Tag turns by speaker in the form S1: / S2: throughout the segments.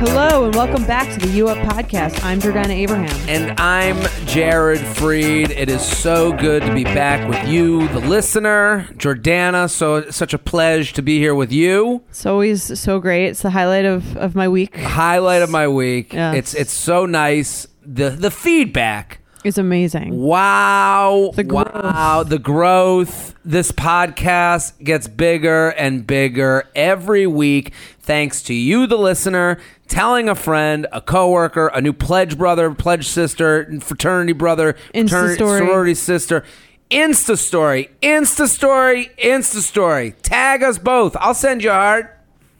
S1: Hello and welcome back to the U Up podcast. I'm Jordana Abraham.
S2: And I'm Jared Freed. It is so good to be back with you, the listener, Jordana. So such a pleasure to be here with you.
S1: It's always so great. It's the highlight of, of my week.
S2: Highlight of my week.
S1: Yeah.
S2: It's it's so nice. The the feedback.
S1: It's amazing.
S2: Wow.
S1: The growth.
S2: Wow. The growth. This podcast gets bigger and bigger every week thanks to you, the listener, telling a friend, a coworker, a new pledge brother, pledge sister, fraternity brother,
S1: Insta
S2: fraternity,
S1: story.
S2: sorority sister. Insta story, Insta story, Insta story. Tag us both. I'll send you a heart.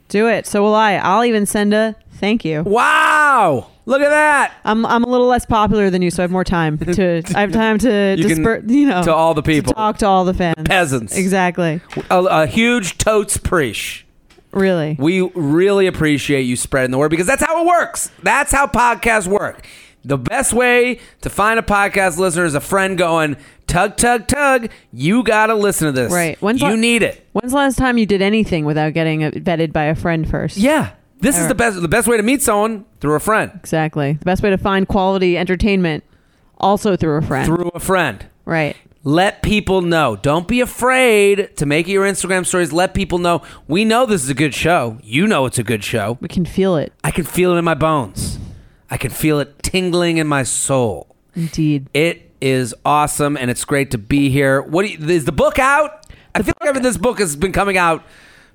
S1: Do it. So will I. I'll even send a thank you.
S2: Wow. Look at that.
S1: I'm, I'm a little less popular than you, so I have more time to. I have time to
S2: You can-
S1: disperse. You know,
S2: to all the
S1: Oh, to
S2: people.
S1: talk to all the fans,
S2: Peasants.
S1: Exactly.
S2: A, a huge totes preach.
S1: Really.
S2: We really appreciate you spreading the word because that's how it works. That's how podcasts work. The best way to find a podcast listener is a friend going, tug, tug, tug. You got to listen to this.
S1: Right.
S2: When's
S1: When's
S2: you
S1: la-
S2: need it.
S1: When's the last time you did anything without getting uh, vetted by a friend first?
S2: Yeah. This is the best. The best way to meet someone through a friend,
S1: Exactly. The best way to find quality entertainment, also through a friend.
S2: through a friend.
S1: right.
S2: Let people know. Don't be afraid to make it your Instagram stories. Let people know. We know this is a good show. You know it's a good show.
S1: We can feel it.
S2: I can feel it in my bones. I can feel it tingling in my soul.
S1: Indeed.
S2: It is awesome, and it's great to be here. What do you, is the book out? I feel like this book has been coming out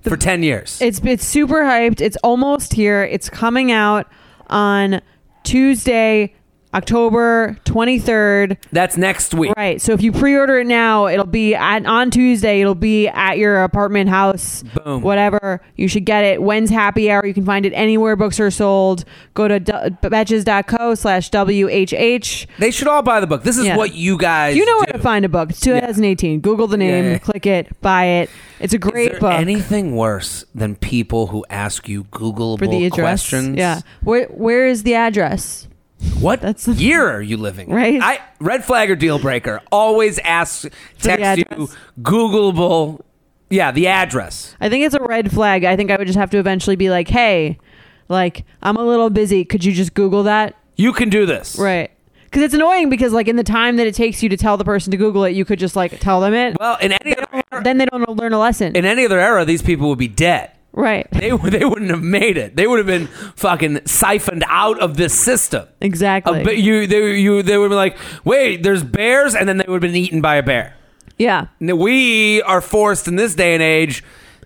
S2: for ten years.
S1: It's it's super hyped. It's almost here. It's coming out on Tuesday, October 23rd.
S2: That's next week.
S1: Right. So if you pre-order it now, it'll be at, on Tuesday. It'll be at your apartment house.
S2: Boom.
S1: Whatever. You should get it. When's happy hour? You can find it anywhere books are sold. Go to d- betches.co slash WHH.
S2: They should all buy the book. This is
S1: Yeah.
S2: what you guys.
S1: You know where
S2: do.
S1: to find a book. It's 2018. Google the name,
S2: Yeah, yeah.
S1: click it, buy it. It's a
S2: Is
S1: great
S2: there
S1: book.
S2: anything worse than people who ask you Googleable
S1: for the address.
S2: questions?
S1: Yeah. Where where is the address?
S2: What
S1: That's-
S2: year are you living? in?
S1: Right.
S2: I red flag or deal breaker. Always ask,
S1: the
S2: text you
S1: address.
S2: Googleable. Yeah, the address.
S1: I think it's a red flag. I think I would just have to eventually be like, "Hey, like I'm a little busy. Could you just Google that?"
S2: You can do this.
S1: Right. Because it's annoying because like in the time that it takes you to tell the person to Google it, you could just like tell them it.
S2: Well, in any other era,
S1: then they don't learn a lesson.
S2: in any other era, these people would be dead.
S1: right.
S2: They would- they wouldn't have made it. They would have been fucking siphoned out of this system.
S1: Exactly.
S2: Uh, but you they you they would be like, wait, there's bears, and then they would have been eaten by a bear.
S1: yeah.
S2: Now, we are forced in this day and age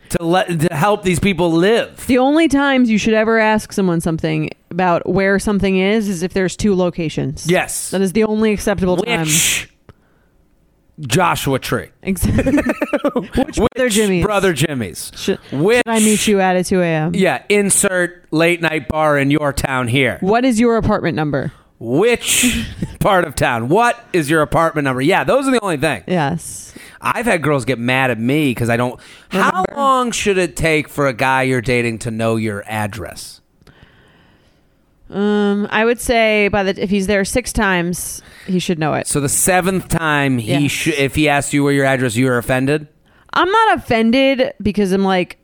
S2: to let to help these people live.
S1: The only times you should ever ask someone something about where something is is if there's two locations.
S2: Yes,
S1: That is the only acceptable time.
S2: which Joshua Tree,
S1: Exactly. Which brother Jimmy's?
S2: brother Jimmy's,
S1: Should,
S2: which
S1: should I meet you at at 2 a.m.?
S2: Yeah, insert late night bar in your town here.
S1: What is your apartment number?
S2: Which part of town? What is your apartment number? Yeah, those are the only thing.
S1: Yes.
S2: I've had girls get mad at me because I don't. How
S1: Remember?
S2: long should it take for a guy you're dating to know your address?
S1: Um, I would say by the if he's there six times, he should know it.
S2: So the seventh time he
S1: Yes.
S2: should, if he asks you where your address, you are offended.
S1: I'm not offended because I'm like,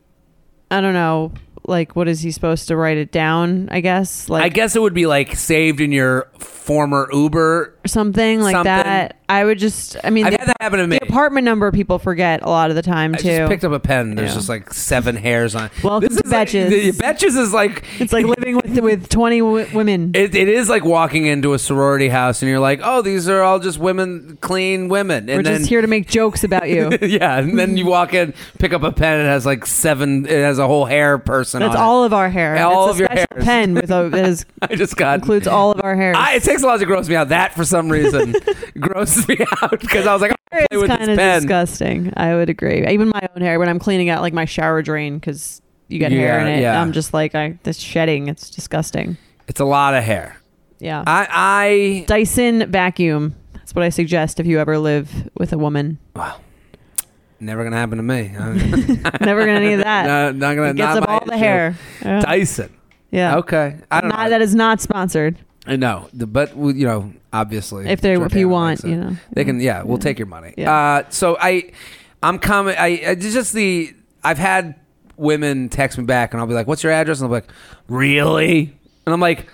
S1: I don't know, like what is he supposed to write it down? I guess like
S2: I guess it would be like saved in your former Uber.
S1: something like
S2: something.
S1: that. I would just, I mean,
S2: I've
S1: the,
S2: had that happen to me.
S1: the apartment number people forget a lot of the time
S2: I
S1: too.
S2: just picked up a pen. There's
S1: Yeah.
S2: just like seven hairs on. it.
S1: Welcome
S2: this
S1: to
S2: is like-
S1: Betches.
S2: the- Betches is like
S1: it's like living with with 20 w- women.
S2: It, it is like walking into a sorority house and you're like, oh, these are all just women, clean women. And
S1: We're
S2: then,
S1: just here to make jokes about you.
S2: yeah, and then you walk in, pick up a pen, it has like seven, it has a whole hair person
S1: That's
S2: on
S1: all of our hair.
S2: Yeah, all
S1: It's a
S2: of your
S1: special
S2: hairs.
S1: Pen with a, that is,
S2: it. I just got.
S1: includes all of our hairs.
S2: I, it takes a lot to gross me out. That, for some reason, grosses me out because I was like, I'll play
S1: it's
S2: with this
S1: kind of
S2: pen.
S1: disgusting. I would agree. Even my own hair when I'm cleaning out like my shower drain because you get hair in
S2: Yeah,
S1: it.
S2: yeah.
S1: I'm just like, I this shedding. It's disgusting.
S2: It's a lot of hair.
S1: Yeah.
S2: I
S1: Dyson vacuum. That's what I suggest if you ever live with a woman.
S2: I wow. Never gonna happen to me. I-
S1: Never gonna need that.
S2: no, not gonna.
S1: it gets
S2: not
S1: up
S2: my
S1: all the
S2: issue.
S1: hair. Yeah.
S2: Dyson.
S1: yeah.
S2: Okay. I don't
S1: Not-
S2: know.
S1: That is not sponsored.
S2: I know, The- but we- you know, obviously,
S1: If they- if
S2: Jordana
S1: you
S2: likes
S1: want,
S2: it.
S1: you know.
S2: they can. Yeah, we'll take your money.
S1: Mm. Yeah.
S2: Uh, so I, I'm coming. I it's just the I've had women text me back, and I'll be like, "What's your address?" And I'm like, "Really?" And I'm like,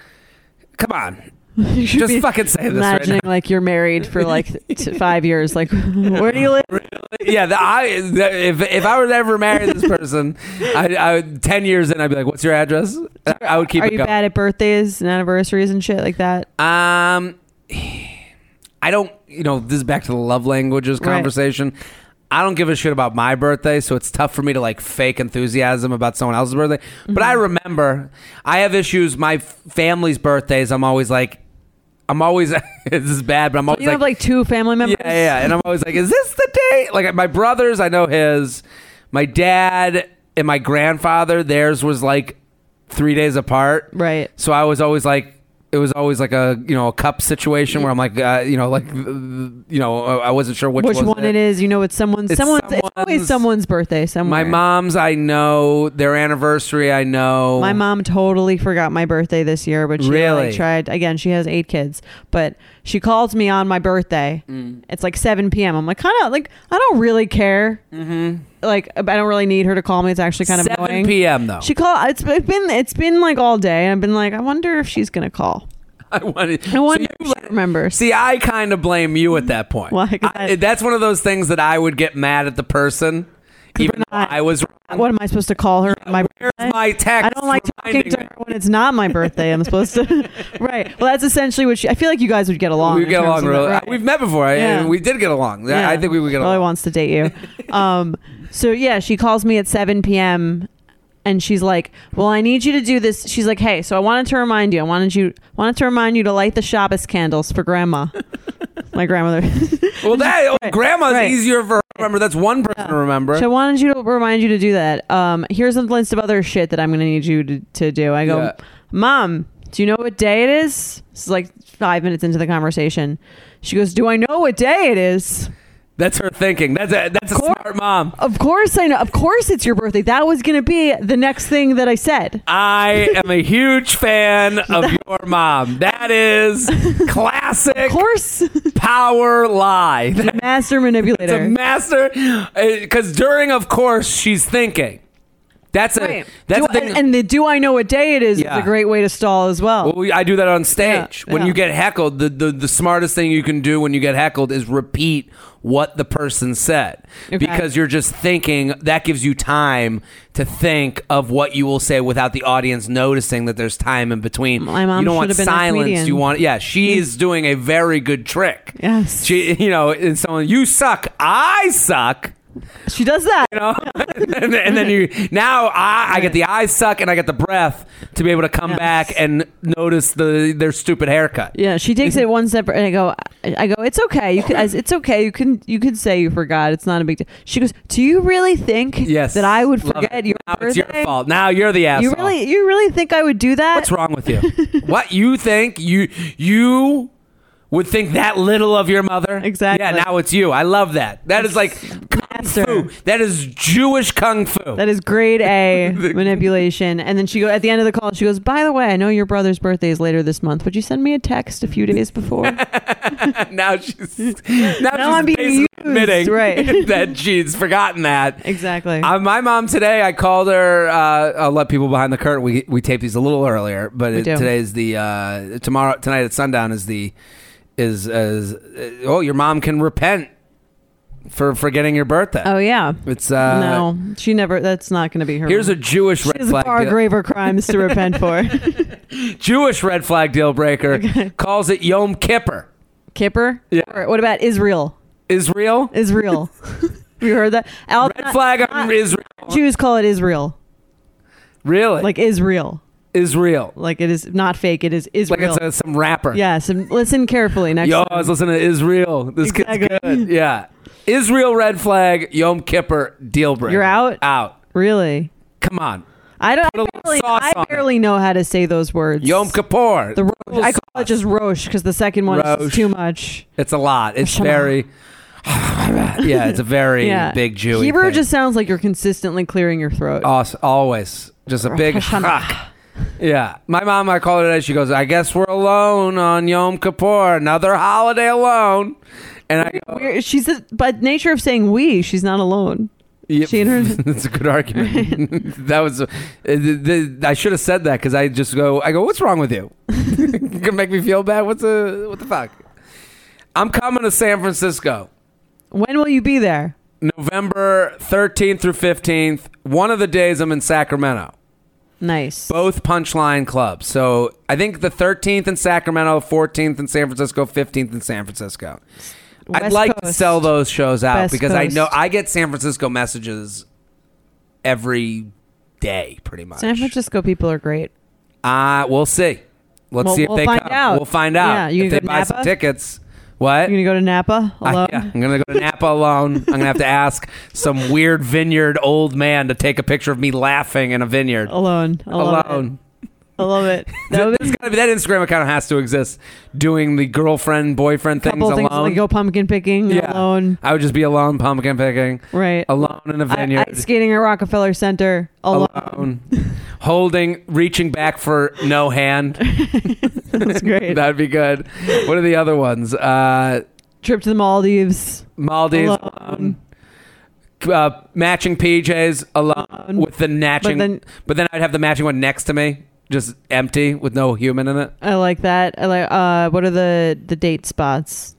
S2: "Come on,
S1: You should
S2: just
S1: be
S2: fucking say this right
S1: imagining
S2: now."
S1: like you're married for like t- five years. Like, where do you live?
S2: yeah, the, I the, if if I were to ever marry this person, I, I would, ten years in, I'd be like, "What's your address?" I would keep
S1: Are
S2: it
S1: you
S2: going.
S1: bad at birthdays and anniversaries and shit like that?
S2: Um, I don't. You know, this is back to the love languages
S1: Right.
S2: conversation. I don't give a shit about my birthday, so it's tough for me to like fake enthusiasm about someone else's birthday. But I
S1: Mm-hmm.
S2: remember I have issues. My f- family's birthdays, I'm always like, I'm always this is bad, but I'm always
S1: You have like two family members.
S2: yeah, yeah, yeah. And I'm always like, is this the day? Like my brothers, I know his, my dad and my grandfather, theirs was like three days apart.
S1: Right.
S2: So I was always like, it was always like a you know a cup situation where I'm like, uh, you know, like uh, you know, uh, I I wasn't sure which,
S1: Which
S2: was
S1: one it is? You know, it's someone's.
S2: It's
S1: someone's. It's
S2: someone's-
S1: always someone's birthday.
S2: My
S1: Somewhere.
S2: mom's, I know their anniversary, I know.
S1: My mom totally forgot my birthday this year, but she like,
S2: Really?
S1: tried again. She has eight kids, but she calls me on my birthday.
S2: Mm.
S1: It's like seven p.m. I'm like, kind of like I don't really care. Mm-hmm. Like I don't really need her to call me. It's actually kind of
S2: 7
S1: annoying.
S2: p.m. though.
S1: She called. It's it's been it's been like all day. and I've been like, I wonder if she's gonna call.
S2: I wanted.
S1: I wonder
S2: so you
S1: if she remembers.
S2: See, I kind of blame you at that point.
S1: Why? 'Cause
S2: I,
S1: I-
S2: that's one of those things that I would get mad at the person, even
S1: we're not-
S2: though I was wrong.
S1: what am I supposed to call her? on my
S2: Where's
S1: birthday?
S2: my text?
S1: I don't like talking
S2: reminding
S1: to
S2: me?
S1: her when it's not my birthday. I'm supposed to, right? Well, that's essentially what she. I feel like you guys would get along.
S2: We
S1: in
S2: get
S1: terms
S2: along
S1: of
S2: really.
S1: that, right?
S2: We've met before. I,
S1: Yeah.
S2: We did get along.
S1: Yeah.
S2: I think we would get
S1: Probably
S2: along.
S1: wants to date you. um, so yeah, she calls me at 7 p.m. and she's like, "Well, I need you to do this." She's like, "Hey, so I wanted to remind you. I wanted you wanted to remind you to light the Shabbos candles for Grandma, my grandmother.
S2: Well, that oh,
S1: Right,
S2: grandma's
S1: right.
S2: easier for her to remember. That's one person to remember.
S1: so I wanted you to remind you to do that. Um, here's a list of other shit that I'm going to need you to, to do." I go,
S2: Yeah.
S1: "Mom." Do you know what day it is? This is like five minutes into the conversation. She goes, Do I know what day it is?
S2: That's her thinking. That's a that's a
S1: course.
S2: smart mom.
S1: Of course I know. Of course it's your birthday. That was going to be the next thing that I said.
S2: I am a huge fan of your mom. That is classic
S1: Of course,
S2: power lie.
S1: master
S2: It's a
S1: manipulator.
S2: master. Because during, of course, she's thinking. That's a
S1: Right.
S2: that's
S1: Do-
S2: the thing.
S1: and, and the do I know what day it is
S2: Yeah.
S1: is a great way to stall as well.
S2: Well, we- I do that on stage.
S1: Yeah,
S2: when
S1: yeah.
S2: you get heckled, the, the, the smartest thing you can do when you get heckled is repeat what the person said.
S1: Okay.
S2: Because you're just thinking, that gives you time to think of what you will say without the audience noticing that there's time in between.
S1: My mom
S2: you don't
S1: should
S2: want
S1: have been a
S2: silence.
S1: comedian.
S2: You want, yeah, she's doing a very good trick.
S1: Yes.
S2: She, you know, and someone, you suck, I suck.
S1: she does that.
S2: You know, and, then- and then you now I, I get the eyes suck and I get the breath to be able to come
S1: Yes.
S2: back and notice the their stupid haircut.
S1: Yeah, she takes it one step, and I go, I go, it's okay. You can, as it's okay. You can, you can say you forgot. It's not a big deal. She goes, do you really think
S2: Yes,
S1: that I would
S2: Love
S1: forget
S2: it.
S1: your
S2: now
S1: birthday?
S2: It's your fault. Now you're the asshole.
S1: You really, you really think I would do that?
S2: What's wrong with you? what you think you you would think that little of your mother?
S1: Exactly.
S2: Yeah. Now it's you. I love that. That is like kung
S1: Master.
S2: fu. That is Jewish kung fu.
S1: That is grade A manipulation. And then she go at the end of the call. She goes, "By the way, I know your brother's birthday is later this month. Would you send me a text a few days before?"
S2: now she's now, she's
S1: I'm being
S2: basically
S1: used,
S2: admitting
S1: right.
S2: that she's forgotten that.
S1: exactly.
S2: Uh, my mom today, I called her. Uh, I'll let people behind the curtain. We we taped these a little earlier, but it,
S1: do.
S2: today is the uh, tomorrow tonight at sundown is the is is uh, oh your mom can repent for forgetting your birthday.
S1: oh yeah.
S2: It's uh,
S1: no, she never. That's not going to be her.
S2: Here's a Jewish
S1: she
S2: red
S1: has far
S2: flag. Deal,
S1: graver crimes to repent for.
S2: Jewish red flag deal breaker calls it Yom Kippur.
S1: Kipper.
S2: Yeah.
S1: Or what about Israel?
S2: Israel
S1: Israel. Have you heard that? Al-
S2: red flag on
S1: not-
S2: Israel.
S1: Jews call it Israel.
S2: Really,
S1: Like Israel.
S2: Israel.
S1: Like it is not fake. It is
S2: Like
S1: Israel.
S2: it's a, some rapper.
S1: yes. And listen carefully next
S2: Yo, I
S1: time.
S2: was listening to Israel. This
S1: Exactly.
S2: kid's good. Yeah. Israel red flag, Yom Kippur, deal breaker.
S1: You're out?
S2: Out.
S1: really.
S2: Come on.
S1: I don't.
S2: Put a
S1: I
S2: little
S1: barely,
S2: sauce
S1: I
S2: on it.
S1: barely know how to say those words.
S2: Yom Kippur.
S1: the roche. I call it just roche because the second one is
S2: Roche.
S1: just too much.
S2: It's a lot. It's
S1: Shema.
S2: very. yeah, it's a very
S1: Yeah,
S2: big Jewish.
S1: Hebrew
S2: thing. Oh.
S1: just sounds like you're consistently clearing your throat.
S2: Us- always just a big. yeah, my mom. I call her today. She goes, "I guess we're alone on Yom Kippur, another holiday alone." And I go,
S1: Weird. She's a, by nature of saying we, she's not alone.
S2: Yep.
S1: She and her-
S2: That's a good argument. that was. uh, th- th- I should have said that because I just go. I go. What's wrong with you? you gonna make me feel bad. What's the what the fuck? I'm coming to San Francisco,
S1: When will you be there?
S2: November 13th through 15th. One of the days I'm in Sacramento.
S1: Nice.
S2: Both Punchline clubs. So I think the 13th in Sacramento, 14th in San Francisco, 15th in San Francisco. I'd
S1: West
S2: like to
S1: Coast.
S2: sell those shows out
S1: West
S2: because I know
S1: Coast.
S2: I get San Francisco messages every day, pretty much.
S1: San Francisco people are great.
S2: Uh, we'll see. Let's
S1: We'll-
S2: see if
S1: we'll
S2: they
S1: find
S2: come.
S1: out.
S2: We'll find out.
S1: Yeah, you
S2: if they
S1: gonna go to
S2: buy some
S1: Napa?
S2: tickets. What?
S1: You're gonna go to Napa
S2: I-
S1: alone.
S2: yeah, I'm gonna go to Napa alone. I'm gonna have to ask some weird vineyard old man to take a picture of me laughing in a vineyard
S1: Alone. I love
S2: alone.
S1: It. I love it. That would be
S2: There's gotta be that Instagram account has to exist doing the girlfriend boyfriend
S1: a
S2: things
S1: couple things,
S2: alone.
S1: like go pumpkin picking
S2: yeah,
S1: alone.
S2: I would just be alone pumpkin picking,
S1: Right.
S2: alone in a
S1: I-
S2: vineyard,
S1: ice skating at Rockefeller Center alone.
S2: alone, holding, reaching back for no hand.
S1: That's great.
S2: That'd be good. What are the other ones? Uh,
S1: Trip to the Maldives.
S2: Maldives
S1: Alone.
S2: alone. Uh, matching PJs alone,
S1: Alone.
S2: with the matching, but then,
S1: then-
S2: I'd have the matching one next to me, just empty with no human in it.
S1: I like that. I like. Uh, what are the the date spots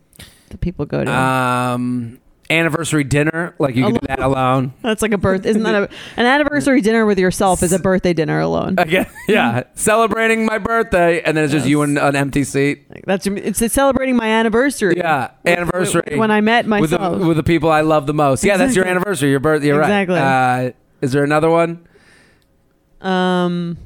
S1: that people go to?
S2: Um, anniversary dinner, like you could do that alone.
S1: That's like a birth. Isn't that a, an anniversary dinner with yourself? Is a birthday dinner alone?
S2: Again, yeah, celebrating my birthday, and then it's just
S1: Yes.
S2: you and an empty seat.
S1: Like, That's it's it's celebrating my anniversary.
S2: Yeah, anniversary
S1: When I met
S2: with the,
S1: myself.
S2: with the people I love the most. Yeah, that's your
S1: Exactly.
S2: anniversary, your birthday. You're
S1: Exactly.
S2: right. Uh, is there another one?
S1: um,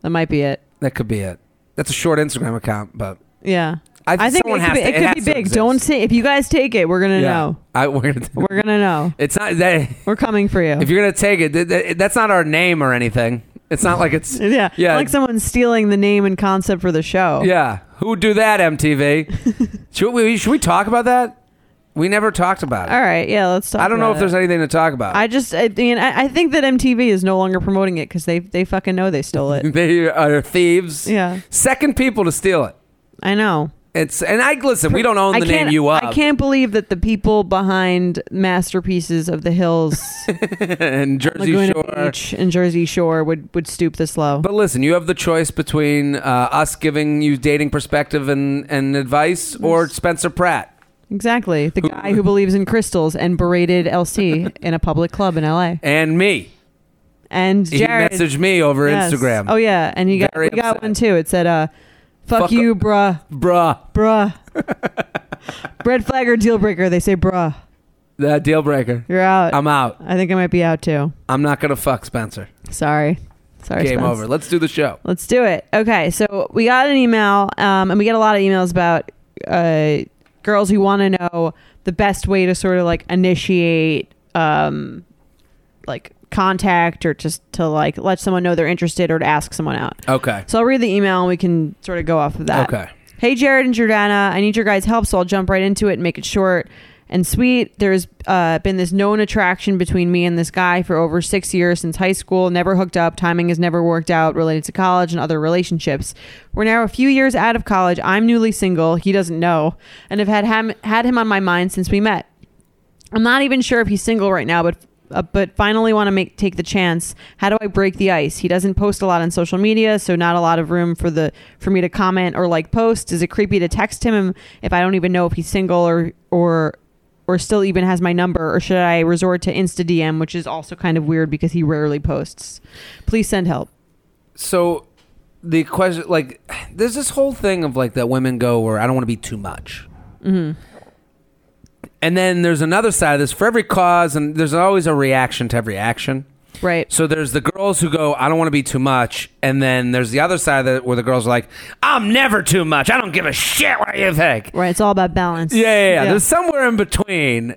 S1: that might be it.
S2: That could be it. That's a short Instagram account, but
S1: Yeah.
S2: I,
S1: I think it
S2: someone
S1: could
S2: has
S1: be,
S2: to-
S1: it could
S2: has
S1: be
S2: to
S1: big.
S2: exist.
S1: Don't say if you guys take it, we're gonna know.
S2: I, we're gonna,
S1: We're gonna know.
S2: it's not that
S1: We're coming for you.
S2: if you're gonna take it. th- th- that's not our name or anything. It's not like it's
S1: yeah.
S2: yeah.
S1: Like someone's stealing the name and concept for the show.
S2: yeah. Who would do that? MTV. should we should we talk about that? We never talked about it.
S1: All right. Yeah. Let's talk.
S2: I don't know
S1: about
S2: if there's
S1: it.
S2: anything to talk about.
S1: I just I, mean, I, I think that MTV is no longer promoting it because they they fucking know they stole it.
S2: they are thieves.
S1: Yeah.
S2: Second people to steal it.
S1: I know.
S2: It's and I listen. We don't own
S1: I
S2: the name
S1: can't-
S2: you up
S1: I can't believe that the people behind masterpieces of the hills,
S2: and Jersey
S1: Laguna
S2: Shore.
S1: Beach, and Jersey Shore would would stoop this low.
S2: But listen, you have the choice between uh, us giving you dating perspective and, and advice, or Spencer Pratt.
S1: exactly, the guy who believes in crystals and berated LC in a public club in LA.
S2: and me.
S1: And Jared
S2: He messaged me over
S1: yes.
S2: Instagram.
S1: Oh yeah, and he got
S2: Very
S1: we got
S2: upset.
S1: one too. It said, uh, "Fuck,
S2: Fuck
S1: you, bruh,
S2: Bruh,
S1: bruh." Red flag or deal breaker? They say, "Bruh,
S2: the deal breaker.
S1: you're out."
S2: I'm out.
S1: I think I might be out too.
S2: I'm not going to fuck Spencer.
S1: Sorry, sorry.
S2: Game
S1: Spence.
S2: over. Let's do the show.
S1: Let's do it. Okay, so we got an email, um, and we get a lot of emails about uh, girls who want to know the best way to sort of like initiate, um, like contact, or just to like let someone know they're interested, or to ask someone out.
S2: Okay.
S1: So I'll read the email, and we can sort of go off of that.
S2: Okay.
S1: Hey, Jared and Jordana, I need your guys' help, so I'll jump right into it and make it short and sweet. There's uh, been this known attraction between me and this guy for over six years since high school. Never hooked up. Timing has never worked out related to college and other relationships. We're now a few years out of college. I'm newly single. He doesn't know, and have had him had him on my mind since we met. I'm not even sure if he's single right now, but uh, but finally want to make take the chance. How do I break the ice? He doesn't post a lot on social media, so not a lot of room for the for me to comment or like post. Is it creepy to text him if I don't even know if he's single or or or still even has my number, or should I resort to Insta DM, which is also kind of weird because he rarely posts? Please send help.
S2: So the question, like, there's this whole thing of like that women go where I don't want to be too much.
S1: Mm-hmm.
S2: And then there's another side of this for every cause, and there's always a reaction to every action.
S1: Right.
S2: So there's the girls who go, I don't want to be too much, and then there's the other side of it where the girls are like, I'm never too much. I don't give a shit what you think.
S1: Right. It's all about balance.
S2: Yeah, yeah, yeah. There's somewhere in between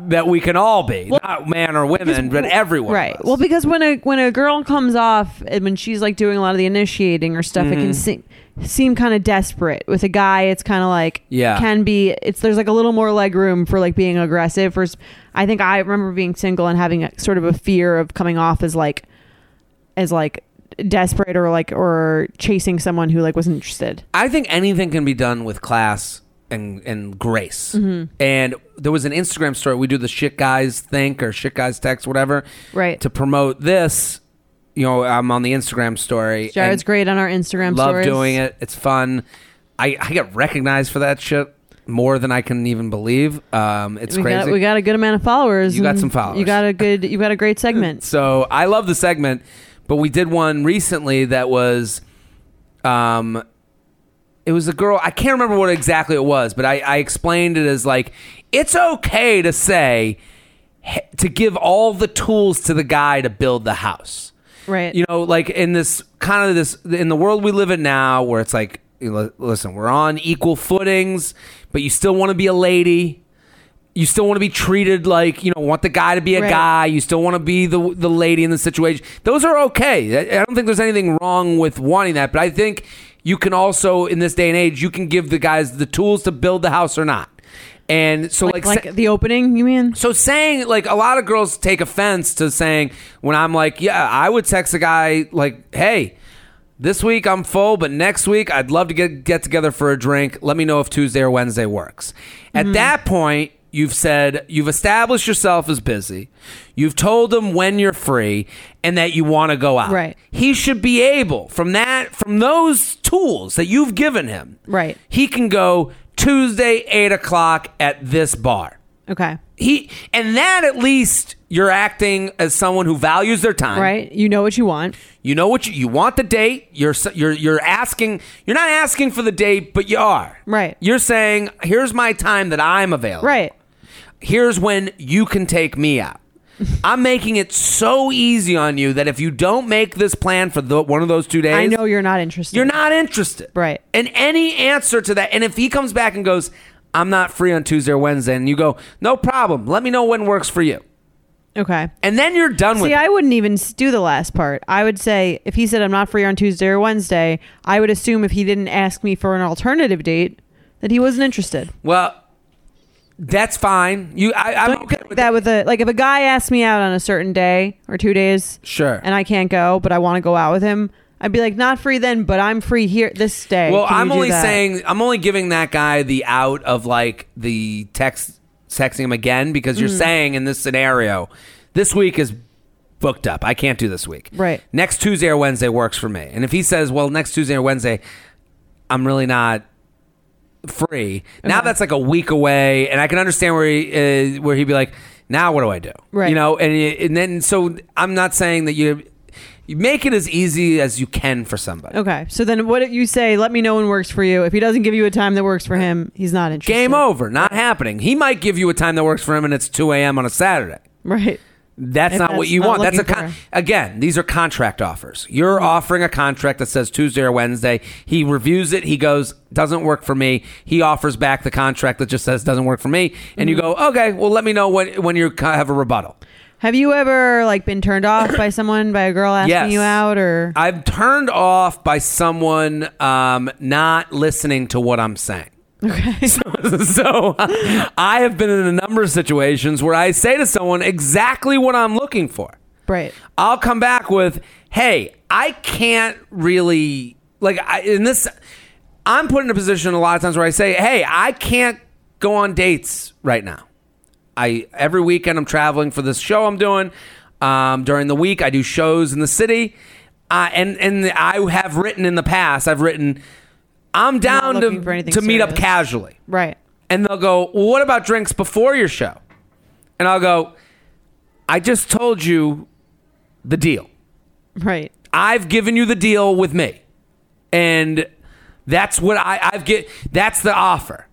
S2: that we can all be, not man or women, but everyone.
S1: Right.
S2: was.
S1: Well, because when a when a girl comes off and when she's like doing a lot of the initiating or stuff, it
S2: Mm.
S1: can seem seem kind of desperate. With a guy, it's kind of like
S2: Yeah.
S1: can be. It's there's like a little more leg room for like being aggressive. For s- I think I remember being single and having a, sort of a fear of coming off as like as like desperate or like or chasing someone who like was not interested.
S2: I think anything can be done with class and and grace.
S1: Mm-hmm.
S2: And there was an Instagram story. We do the shit guys think or shit guys text, whatever.
S1: Right.
S2: To promote this, you know, I'm on the Instagram story.
S1: Jared's
S2: and
S1: great on our Instagram.
S2: Love
S1: stories.
S2: doing it. It's fun. I I get recognized for that shit more than I can even believe. Um, it's
S1: we
S2: crazy.
S1: Got, we got a good amount of followers.
S2: You got
S1: and
S2: some followers.
S1: You got a good. You got a great segment.
S2: So I love the segment, but we did one recently that was, um, it was a girl. I can't remember what exactly it was, but I, I explained it as like it's okay to say he- to give all the tools to the guy to build the house.
S1: Right.
S2: You know, like in this kind of this in the world we live in now, where it's like, you know, listen, we're on equal footings, but you still want to be a lady. You still want to be treated like you know want the guy to be a
S1: Right.
S2: guy. You still want to be the the lady in the situation. Those are okay. I I don't think there's anything wrong with wanting that, but I think you can also in this day and age you can give the guys the tools to build the house or not. And so like,
S1: like, like the opening you mean
S2: so saying like a lot of girls take offense to saying when I'm like, yeah, I would text a guy like, hey, this week I'm full, but next week I'd love to get get together for a drink. Let me know if Tuesday or Wednesday works. At
S1: Mm-hmm.
S2: that point, you've said you've established yourself as busy. You've told them when you're free and that you want to go out.
S1: Right.
S2: He should be able from that from those tools that you've given him.
S1: Right.
S2: He can go Tuesday eight o'clock at this bar
S1: okay
S2: he and that at least you're acting as someone who values their time
S1: right you know what you want
S2: you know what you, you want the date you're s- you're you're asking you're not asking for the date but you are
S1: Right.
S2: you're saying here's my time that i'm available
S1: right
S2: here's when you can take me out i'm making it so easy on you that if you don't make this plan for the, one of those two days
S1: i know you're not interested
S2: you're not interested.
S1: Right.
S2: And any answer to that, and if he comes back and goes, I'm not free on Tuesday or Wednesday, and you go, no problem, let me know when works for you.
S1: okay
S2: And then you're done with
S1: see
S2: it.
S1: i wouldn't even s- do the last part i would say if he said i'm not free on tuesday or wednesday i would assume if he didn't ask me for an alternative date that he wasn't interested
S2: well, that's fine. You, I, I'm okay with
S1: that with a like if a guy asks me out on a certain day or two days
S2: Sure.
S1: and i can't go but i want to go out with him i'd be like not free then but i'm free here this day
S2: Well,
S1: Can you
S2: I'm
S1: do
S2: only
S1: that?
S2: saying I'm only giving that guy the out of like the text texting him again because
S1: Mm.
S2: you're saying in this scenario, this week is booked up. I can't do this week.
S1: Right.
S2: Next Tuesday or Wednesday works for me. And if he says, "Well, next Tuesday or Wednesday, I'm really not free." Now that's like a week away, and I can understand where he uh, where he'd be like, "Now what do I do?"
S1: Right.
S2: You know, and and then so I'm not saying that you you make it as easy as you can for somebody.
S1: Okay. So then what if you say, let me know when works for you. If he doesn't give you a time that works for him, he's not interested.
S2: Game over. Not happening. He might give you a time that works for him, and it's 2 a.m. on a Saturday.
S1: Right.
S2: That's
S1: If
S2: not what
S1: that's
S2: you
S1: not
S2: want. That's a
S1: looking
S2: con-
S1: for-
S2: again. These are contract offers. You're offering a contract that says Tuesday or Wednesday. He reviews it. He goes, doesn't work for me. He offers back the contract that just says doesn't work for me. And you
S1: Mm-hmm.
S2: go, okay, well, let me know when when you co- have a rebuttal.
S1: Have you ever like been turned off by someone, by a girl asking
S2: Yes.
S1: you out or
S2: I'm turned off by someone um, not listening to what I'm saying.
S1: Okay.
S2: so I have been in a number of situations where I say to someone exactly what I'm looking for.
S1: right.
S2: I'll come back with, "Hey, I can't really like I, in this. I'm put in a position a lot of times where I say, "Hey, I can't go on dates right now. I every weekend I'm traveling for this show I'm doing. Um, during the week I do shows in the city, uh, and and I have written in the past. I've written." I'm down to,
S1: looking for anything
S2: to meet up
S1: serious."
S2: casually.
S1: Right.
S2: And they'll go, well, What about drinks before your show? And I'll go, I just told you the deal.
S1: Right.
S2: I've given you the deal with me. And that's what I, I've get that's the offer.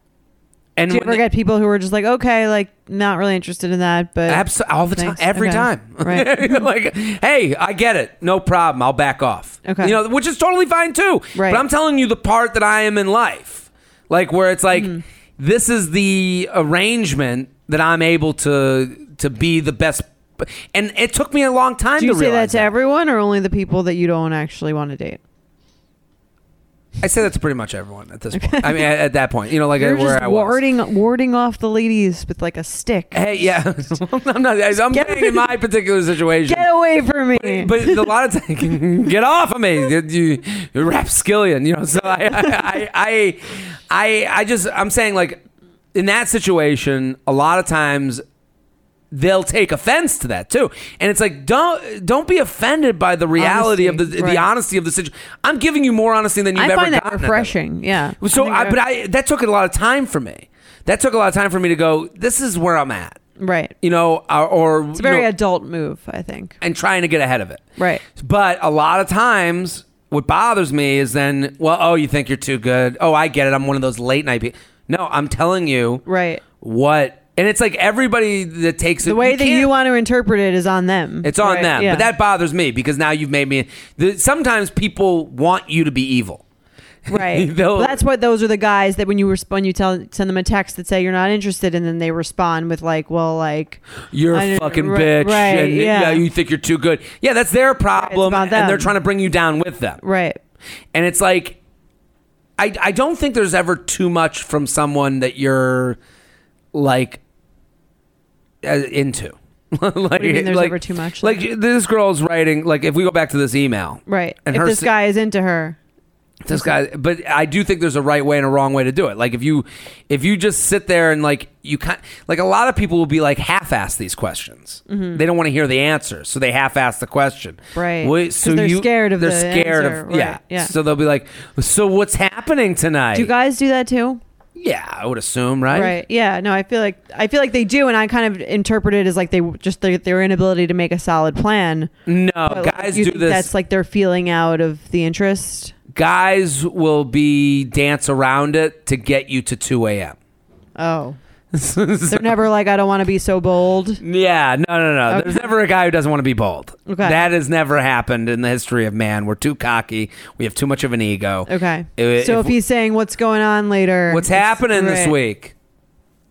S2: And
S1: Do you
S2: when
S1: ever get people who are just like, okay, like not really interested in that, but
S2: abso- all the
S1: Thanks.
S2: time every
S1: Okay.
S2: time.
S1: Right.
S2: like, hey, I get it. No problem. I'll back off.
S1: Okay.
S2: You know, which is totally fine too.
S1: Right.
S2: But I'm telling you the part
S1: Mm-hmm.
S2: that I am in life. Like where it's like this is the arrangement that I'm able to to be the best. And it took me a long time
S1: Do you
S2: to
S1: say that
S2: realize
S1: to everyone or only the people that you don't actually want to date?
S2: I say that to pretty much everyone at this point. I mean, at, at that point, you know, like
S1: You're
S2: where
S1: just
S2: I was.
S1: warding warding off the ladies with like a stick.
S2: Hey, yeah, I'm not. I'm
S1: Get-
S2: getting in my particular situation.
S1: Get away from me.
S2: but a lot of times, get off of me, you, you, you rapscallion. You know, so I, I, I, I, I just, I'm saying like, in that situation, a lot of times they'll take offense to that too, and it's like don't don't be offended by the reality of
S1: Honesty,
S2: the
S1: right.
S2: the honesty of the situation. I'm giving you more honesty than you've
S1: I
S2: ever
S1: find that
S2: gotten at
S1: refreshing. Yeah.
S2: so,
S1: think
S2: I,
S1: that-
S2: but I that took a lot of time for me. That took a lot of time for me to go. This is where I'm at,
S1: right.
S2: you know, or, or
S1: It's a very
S2: you know,
S1: adult move, I think.
S2: and trying to get ahead of it.
S1: Right.
S2: But a lot of times, what bothers me is then, well, oh, you think you're too good. Oh, I get it. I'm one of those late night people. No, I'm telling you
S1: Right.
S2: what, and it's like everybody that takes it
S1: The way that
S2: can't-
S1: you want to interpret it is on them.
S2: it's on
S1: Right,
S2: them.
S1: yeah.
S2: But that bothers me because now you've made me. The, sometimes people want you to be evil.
S1: right.
S2: They'll-
S1: That's what those are the guys that when you respond, you tell send them a text that say you're not interested, and then they respond with like, well, like
S2: You're
S1: I
S2: a
S1: didn't-
S2: fucking
S1: right-
S2: bitch,
S1: right,
S2: and
S1: yeah.
S2: yeah. you think you're too good. Yeah, that's their problem,
S1: about them.
S2: and they're trying to bring you down with them.
S1: right,
S2: And it's like, I I don't think there's ever too much from someone that you're like uh, into. like,
S1: do you mean there's
S2: like-
S1: ever too much?
S2: Like this girl's writing. Like if we go back to this email,
S1: right.
S2: And
S1: if
S2: her
S1: this
S2: si-
S1: guy is into her,
S2: this guy but i do think there's a right way and a wrong way to do it like if you if you just sit there and like you kind like a lot of people will be like half-ass these questions they don't want to hear the answer so they half-ass the question
S1: Mm-hmm. Right.
S2: Wait, so
S1: 'Cause they're
S2: you-
S1: scared of
S2: they're
S1: the
S2: scared
S1: answer,
S2: of
S1: right,
S2: yeah.
S1: yeah.
S2: so they'll be like so what's happening tonight
S1: do guys do that too?
S2: yeah i would assume right
S1: Right. Yeah. No, I feel like I feel like they do, and I kind of interpret it as like they just their, their inability to make a solid plan.
S2: no
S1: But, like,
S2: guys
S1: you
S2: do
S1: think
S2: this
S1: That's like they're feeling out of the interest.
S2: guys will be dance around it to get you to 2 a.m
S1: Oh, they're never like I don't want to be so bold.
S2: Yeah, no, no, no. There's never a guy who doesn't want to be bold.
S1: Okay.
S2: That has never happened in the history of man. We're too cocky. We have too much of an ego.
S1: Okay.
S2: If-
S1: so
S2: if-
S1: if, he's saying what's going on later,
S2: What's
S1: it's-
S2: happening this
S1: right.
S2: week?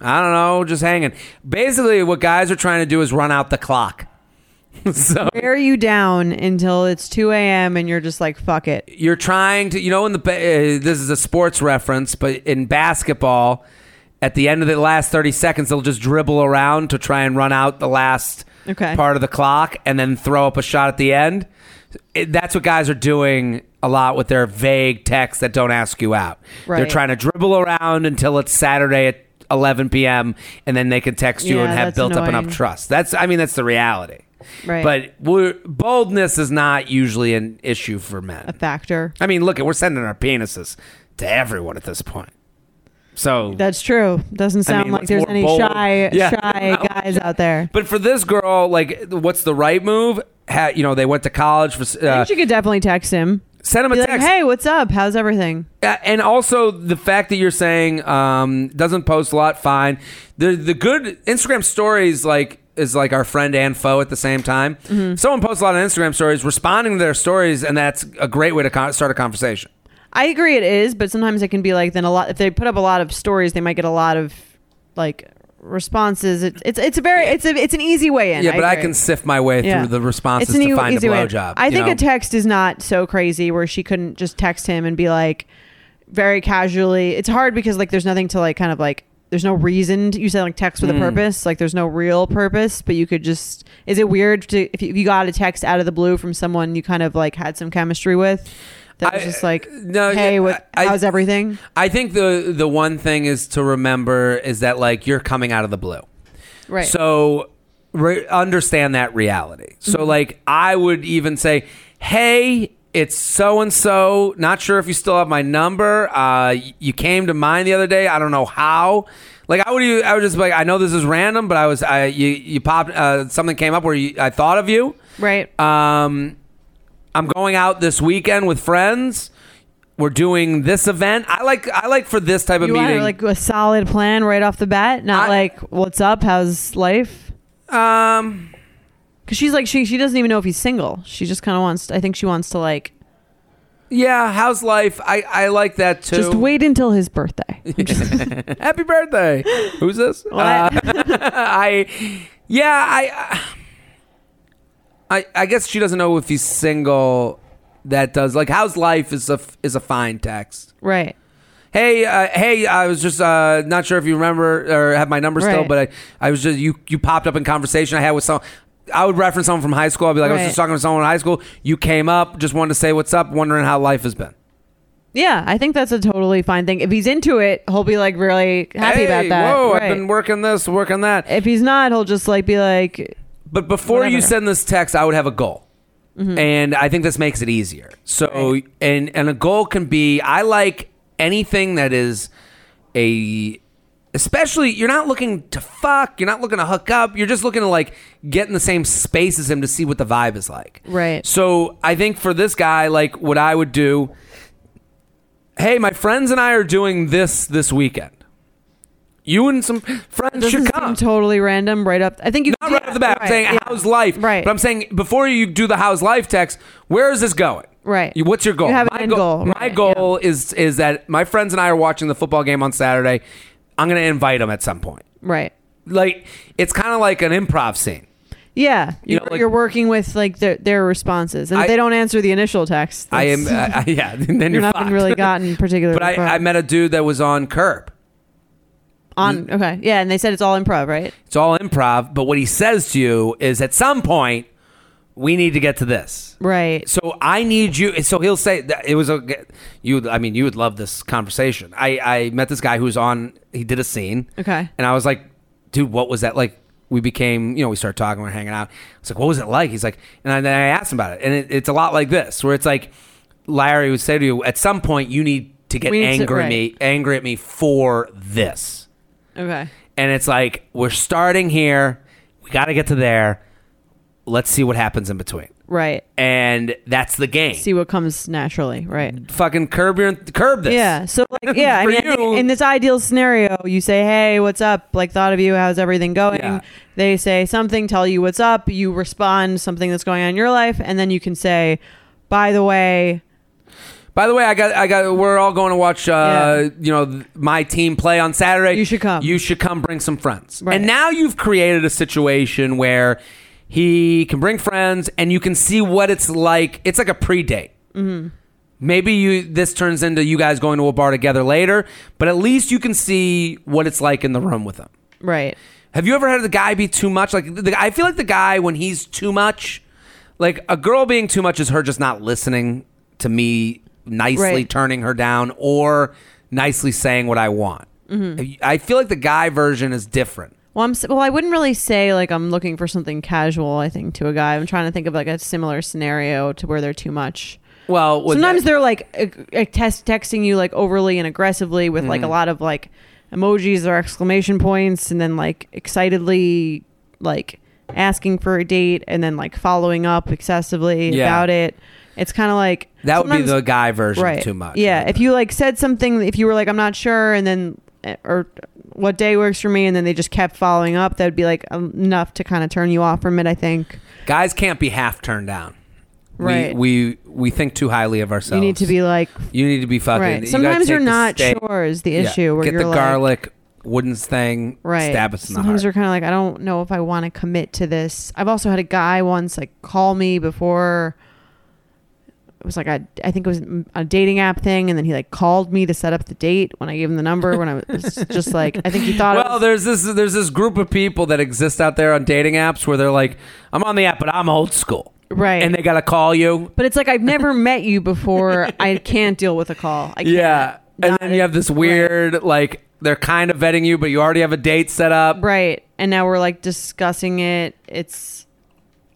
S2: I don't know. Just hanging. Basically, what guys are trying to do is run out the clock. so
S1: Wear you down until it's two a.m. and you're just like fuck it.
S2: you're trying to, you know, in the ba- uh, this is a sports reference, but in basketball, at the end of the last 30 seconds, they'll just dribble around to try and run out the last
S1: Okay.
S2: part of the clock and then throw up a shot at the end. It- that's what guys are doing a lot with their vague texts that don't ask you out. They're
S1: Right.
S2: trying to dribble around until it's Saturday at 11 p.m. and then they can text you
S1: Yeah,
S2: and have
S1: that's
S2: built up enough
S1: annoying.
S2: trust. That's, I mean, that's the reality.
S1: Right.
S2: But we're, boldness is not usually an issue for men.
S1: Factor.
S2: I mean, look, we're sending our penises to everyone at this point. So,
S1: That's true. Doesn't sound
S2: mean,
S1: like
S2: what's
S1: there's
S2: more
S1: any
S2: bold?
S1: shy
S2: Yeah.
S1: shy guys out there.
S2: but for this girl, like, what's the right move? Ha, you know, they went to college for.
S1: I
S2: Uh,
S1: think you could definitely text him.
S2: send them a
S1: Be like,
S2: text.
S1: hey, what's up? How's everything?
S2: Uh, and also the fact that you're saying um, doesn't post a lot, fine. The the good Instagram stories like is like our friend and foe at the same time.
S1: Mm-hmm.
S2: Someone posts a lot of Instagram stories, responding to their stories, and that's a great way to con- start a conversation.
S1: I agree it is, but sometimes it can be like then a lot if they put up a lot of stories, they might get a lot of like responses. It's it's, it's a very it's a it's an easy way in.
S2: Yeah, but I,
S1: agree.
S2: can sift my way
S1: Yeah.
S2: through the responses
S1: It's an
S2: to
S1: e-
S2: find a
S1: easy way in.
S2: blowjob.
S1: I
S2: you
S1: think
S2: know?
S1: a text is not so crazy where she couldn't just text him and be like very casually. It's hard because like there's nothing to like kind of like there's no reason to, you said like text
S2: Hmm.
S1: with a purpose like there's no real purpose but you could just is it weird to if you, if you got a text out of the blue from someone you kind of like had some chemistry with that was
S2: I-
S1: just like
S2: no,
S1: hey
S2: yeah,
S1: what
S2: I-
S1: how's everything
S2: I think the the one thing is to remember is that like you're coming out of the blue.
S1: right
S2: So re- understand that reality. So like I would even say, "Hey, it's so and so. Not sure if you still have my number. Uh, y- you came to mine the other day. I don't know how." Like I would, e- I would just be like, I know this is random, but I was, I you you popped uh, something came up where you, I thought of you.
S1: right
S2: Um, I'm going out this weekend with friends. We're doing this event. I like, I like for this type of
S1: you
S2: meeting.
S1: want like a solid plan right off the bat not
S2: I-
S1: like what's up how's life
S2: um.
S1: Cause she's like she she doesn't even know if he's single. She just kind of wants. I think she wants to like
S2: Yeah, how's life? I, I like that too.
S1: Just wait until his birthday.
S2: Happy birthday. Who's this? Uh, I yeah, I I I guess she doesn't know if he's single. That does like how's life is a is a fine text.
S1: right.
S2: Hey, uh, hey, I was just uh, not sure if you remember or have my number still,
S1: Right.
S2: but I, I was just you you popped up in conversation I had with some. I would reference someone from high school. I'd be like, I was
S1: Right.
S2: just talking to someone in high school. You came up, just wanted to say what's up, wondering how life has been.
S1: Yeah, I think that's a totally fine thing. If he's into it, he'll be like really happy
S2: Hey,
S1: about that.
S2: Whoa,
S1: Right.
S2: I've been working this, working that.
S1: if he's not, he'll just like be like,
S2: But before you
S1: Whatever. Mm-hmm.
S2: send this text, I would have a goal. And I think this makes it easier. So and and a goal can be I like anything that is a especially you're not looking to fuck, you're not looking to hook up, you're just looking to like get in the same space as him to see what the vibe is like.
S1: Right.
S2: So I think for this guy like what I would do Hey, my friends and I are doing this this weekend. You and some friends
S1: "This
S2: should
S1: is
S2: come.
S1: totally random." Right up, I think you
S2: Not right off the bat. I'm saying
S1: yeah.
S2: how's life.
S1: Right.
S2: But I'm saying before you do the how's life text, where is this going?
S1: Right.
S2: You- What's your goal?
S1: You have an end goal,
S2: My
S1: right,
S2: goal is is that my friends and I are watching the football game on Saturday. I'm going to invite them at some point.
S1: right.
S2: Like it's kind of like an improv scene.
S1: Yeah,
S2: You
S1: you
S2: know, like-
S1: are working with like their their responses, and
S2: I-
S1: if they don't answer the initial text,
S2: I am.
S1: that's-
S2: I, I- yeah. Then you're,
S1: you're not
S2: fucked.
S1: been really gotten particular.
S2: but I, I met a dude that was on Curb.
S1: on okay, yeah, and they said it's all improv, right?
S2: It's all improv. But what he says to you is, at some point, we need to get to this.
S1: Right.
S2: So I need you. So he'll say that it was a you. I mean, you would love this conversation. I I met this guy who was on. He did a scene.
S1: Okay.
S2: And I was like, dude, what was that like? We became, you know, we started talking, we are hanging out. I was like, what was it like? He's like, and I- then I asked him about it, and it, it's a lot like this, where it's like, Larry would say to you, at some point, you need to get
S1: We need to-
S2: angry at
S1: right.
S2: me, angry at me for this
S1: Okay.
S2: and it's like we're starting here we got to get to there let's see what happens in between
S1: Right.
S2: and that's the game
S1: See what comes naturally. Right.
S2: fucking curb your curb this
S1: Yeah. So like yeah,
S2: Mm.
S1: I
S2: For
S1: mean, I think
S2: you-
S1: in this ideal scenario, you say, "Hey, what's up?" Like thought of you, how's everything going?
S2: Yeah.
S1: They say something, tell you what's up, you respond something that's going on in your life, and then you can say, "By the way,
S2: by the way i got i got we're all going to watch uh
S1: Yeah.
S2: you know th- my team play on saturday
S1: You should come.
S2: you should come bring some friends
S1: Right.
S2: and now you've created a situation where he can bring friends and you can see what it's like it's like a pre-date
S1: Mm-hmm.
S2: Maybe you this turns into you guys going to a bar together later, but at least you can see what it's like in the room with them.
S1: right."
S2: Have you ever had the guy be too much? Like, the, I feel like the guy when he's too much, like a girl being too much is her just not listening to me nicely,
S1: Right.
S2: turning her down, or nicely saying what I want.
S1: Mm-hmm.
S2: I feel like the guy version is different.
S1: Well, I'm, s- well, I wouldn't really say like I'm looking for something casual. I think to a guy, I'm trying to think of like a similar scenario to where they're too much.
S2: Well, with
S1: Sometimes
S2: that-
S1: they're like uh, uh, test texting you like overly and aggressively with
S2: Mm-hmm.
S1: like a lot of like emojis or exclamation points, and then like excitedly like asking for a date, and then like following up excessively
S2: Yeah.
S1: about it. It's kind of like
S2: that would be
S1: sometimes-
S2: the guy version of too much.
S1: yeah, if you like said something, if you were like, I'm not sure, and then eh, or what day works for me, and then they just kept following up, that would be like um, enough to kind of turn you off from it. I think
S2: guys can't be half turned down.
S1: Right.
S2: We, we we think too highly of ourselves.
S1: you need to be like,
S2: You need to be fucking.
S1: right.
S2: you gotta
S1: Sometimes you're
S2: take the
S1: not
S2: steak-
S1: sure is the
S2: Yeah.
S1: issue. Where
S2: Get
S1: you're
S2: the
S1: like,
S2: garlic wooden thing.
S1: right?
S2: Stab us in the heart.
S1: Sometimes you're kind of like, I don't know if I want to commit to this. I've also had a guy once like call me before. It was like a, I think it was a dating app thing, and then he like called me to set up the date when I gave him the number. When I was just like, I think he thought. it
S2: Well,
S1: was,
S2: there's this there's this group of people that exist out there on dating apps where they're like, I'm on the app, but I'm old school,
S1: Right.
S2: and they gotta call you.
S1: but it's like I've never met you before. I can't deal with a call. I can't.
S2: Yeah, and
S1: Not
S2: then you have this weird like they're kind of vetting you, but you already have a date set up.
S1: Right. And now we're like discussing it. It's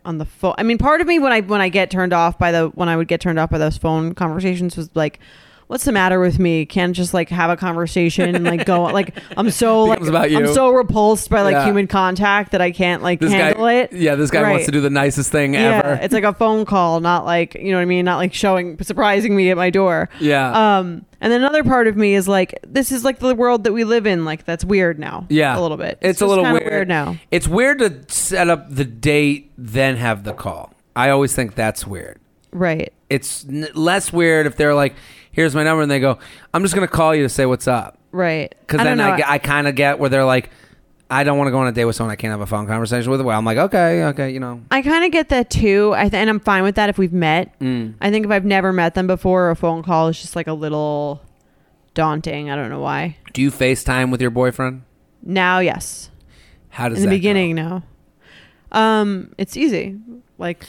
S1: on the phone. I mean, part of me when I when I get turned off by the when I would get turned off by those phone conversations was like What's the matter with me? Can't just like have a conversation and like go like I'm so like
S2: Becomes about
S1: I'm
S2: you.
S1: so repulsed by like
S2: Yeah.
S1: human contact that I can't like
S2: This
S1: handle
S2: guy,
S1: it.
S2: yeah, this guy
S1: Right.
S2: wants to do the nicest thing
S1: Yeah,
S2: ever.
S1: it's like a phone call, not like you know what I mean, not like showing surprising me at my door.
S2: Yeah.
S1: Um, and then another part of me is like, this is like the world that we live in. Like that's weird now.
S2: yeah,
S1: a little bit.
S2: It's, a
S1: just
S2: little
S1: kinda
S2: weird.
S1: now.
S2: It's weird to set up the date then have the call. I always think that's weird.
S1: Right.
S2: it's n- less weird if they're like, "Here's my number," and they go, "I'm just gonna call you to say what's up."
S1: Right.
S2: Because
S1: I don't
S2: then
S1: know.
S2: I, kind of get where they're like, "I don't want to go on a date with someone I can't have a phone conversation with." Well, I'm like, "Okay, okay, you know."
S1: I kind of get that too. I th- and I'm fine with that if we've met.
S2: Mm.
S1: I think if I've never met them before, a phone call is just like a little daunting. I don't know why.
S2: Do you FaceTime with your boyfriend?
S1: Now, yes.
S2: How does
S1: In the
S2: that go?
S1: beginning, no. Um, it's easy. Like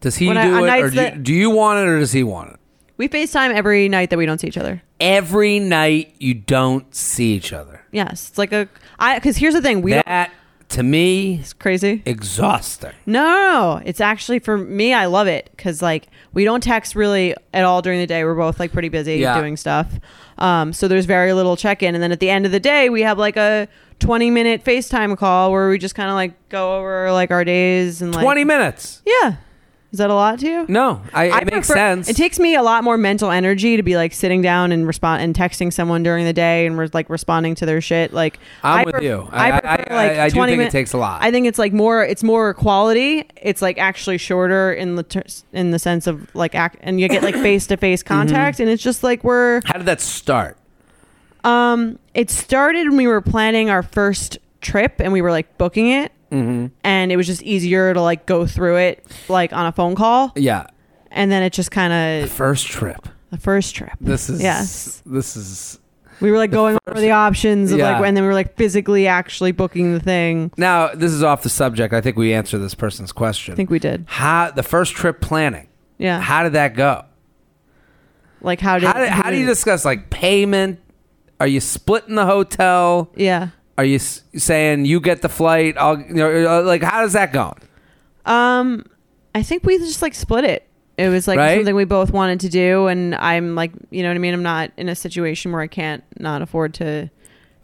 S2: Does he
S1: When
S2: do
S1: I-
S2: it,
S1: on
S2: or
S1: nights
S2: do you,
S1: that-
S2: do you want it, or does he want it?
S1: we FaceTime every night that we don't see each other.
S2: Every night you don't see each other.
S1: Yes, it's like a I because here's the thing we don't,
S2: that to me
S1: it's crazy.
S2: exhausting.
S1: No, no, no, it's actually for me. I love it because like we don't text really at all during the day. We're both like pretty busy
S2: Yeah.
S1: doing stuff, um, so there's very little check in. And then at the end of the day, we have like a 20 minute Facetime call where we just kind of like go over like our days and like
S2: Twenty minutes.
S1: Yeah, is that a lot to you?
S2: No, I, it
S1: I
S2: makes
S1: prefer-
S2: sense.
S1: It takes me a lot more mental energy to be like sitting down and respond and texting someone during the day and re- like responding to their shit. Like
S2: I'm
S1: I
S2: with
S1: pref-
S2: you. I-
S1: I,
S2: I-
S1: prefer,
S2: I-
S1: like
S2: I- I do
S1: 20
S2: think it
S1: min-
S2: takes a lot.
S1: I think it's like more. It's more quality. It's like actually shorter in the ter- in the sense of like act, and you get like face to face
S2: Mm-hmm.
S1: contact, and it's just like we're.
S2: How did that start?
S1: Um, it started when we were planning our first trip and we were like booking it.
S2: Mm-hmm.
S1: And it was just easier to like go through it like on a phone call,
S2: Yeah,
S1: and then it just kind of
S2: first trip.
S1: the first trip.
S2: This is
S1: Yes.
S2: This is
S1: We were like going over the options of
S2: Yeah.
S1: like, and then we were like physically actually booking the thing.
S2: now. This is off the subject. I think we answered this person's question.
S1: I think we did.
S2: how the first trip planning.
S1: Yeah.
S2: How did that go?
S1: like how did
S2: How, did, how do you discuss like payment? Are you splitting the hotel?
S1: Yeah.
S2: Are you s- saying you get the flight? I'll you know, uh, like how does that go?
S1: Um, I think we just like split it. It was like
S2: Right?
S1: something we both wanted to do, and I'm like, you know what I mean. I'm not in a situation where I can't not afford to.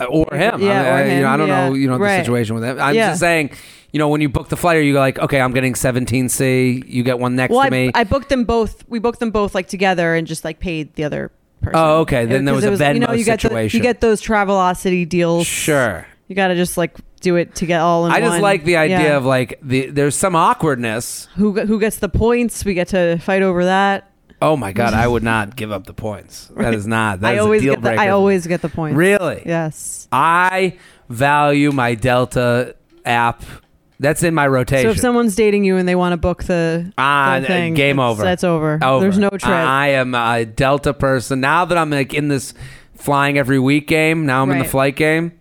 S2: Uh, Or him?
S1: Yeah,
S2: I,
S1: or
S2: I- you
S1: him,
S2: know, I don't
S1: yeah.
S2: know. You know the
S1: Right.
S2: situation with him. I'm
S1: Yeah.
S2: just saying. You know, when you book the flight, are you like, okay, I'm getting 17C. You get one next
S1: Well,
S2: to
S1: I,
S2: me.
S1: I booked them both. We booked them both like together, and just like paid the other person.
S2: Oh, okay. Then there
S1: 'cause
S2: was
S1: it
S2: a
S1: you know,
S2: Venmo
S1: you get the-
S2: situation.
S1: you get those Travelocity deals.
S2: sure.
S1: You got to just like do it to get all in.
S2: I just
S1: one.
S2: like the idea
S1: Yeah.
S2: of like the there's some awkwardness.
S1: who who gets the points. We get to fight over that.
S2: Oh my god, I would not give up the points. That is not. That
S1: I
S2: is
S1: always
S2: a deal
S1: get the
S2: breaker.
S1: I always get the points.
S2: really.
S1: Yes.
S2: I value my Delta app. That's in my rotation.
S1: So if someone's dating you and they want to book the,
S2: Ah,
S1: the thing,
S2: game
S1: it's-
S2: over.
S1: That's over.
S2: Over. Uh,
S1: There's no trip.
S2: I am a Delta person. Now that I'm like in this flying every week game, now I'm in the
S1: Right.
S2: flight game.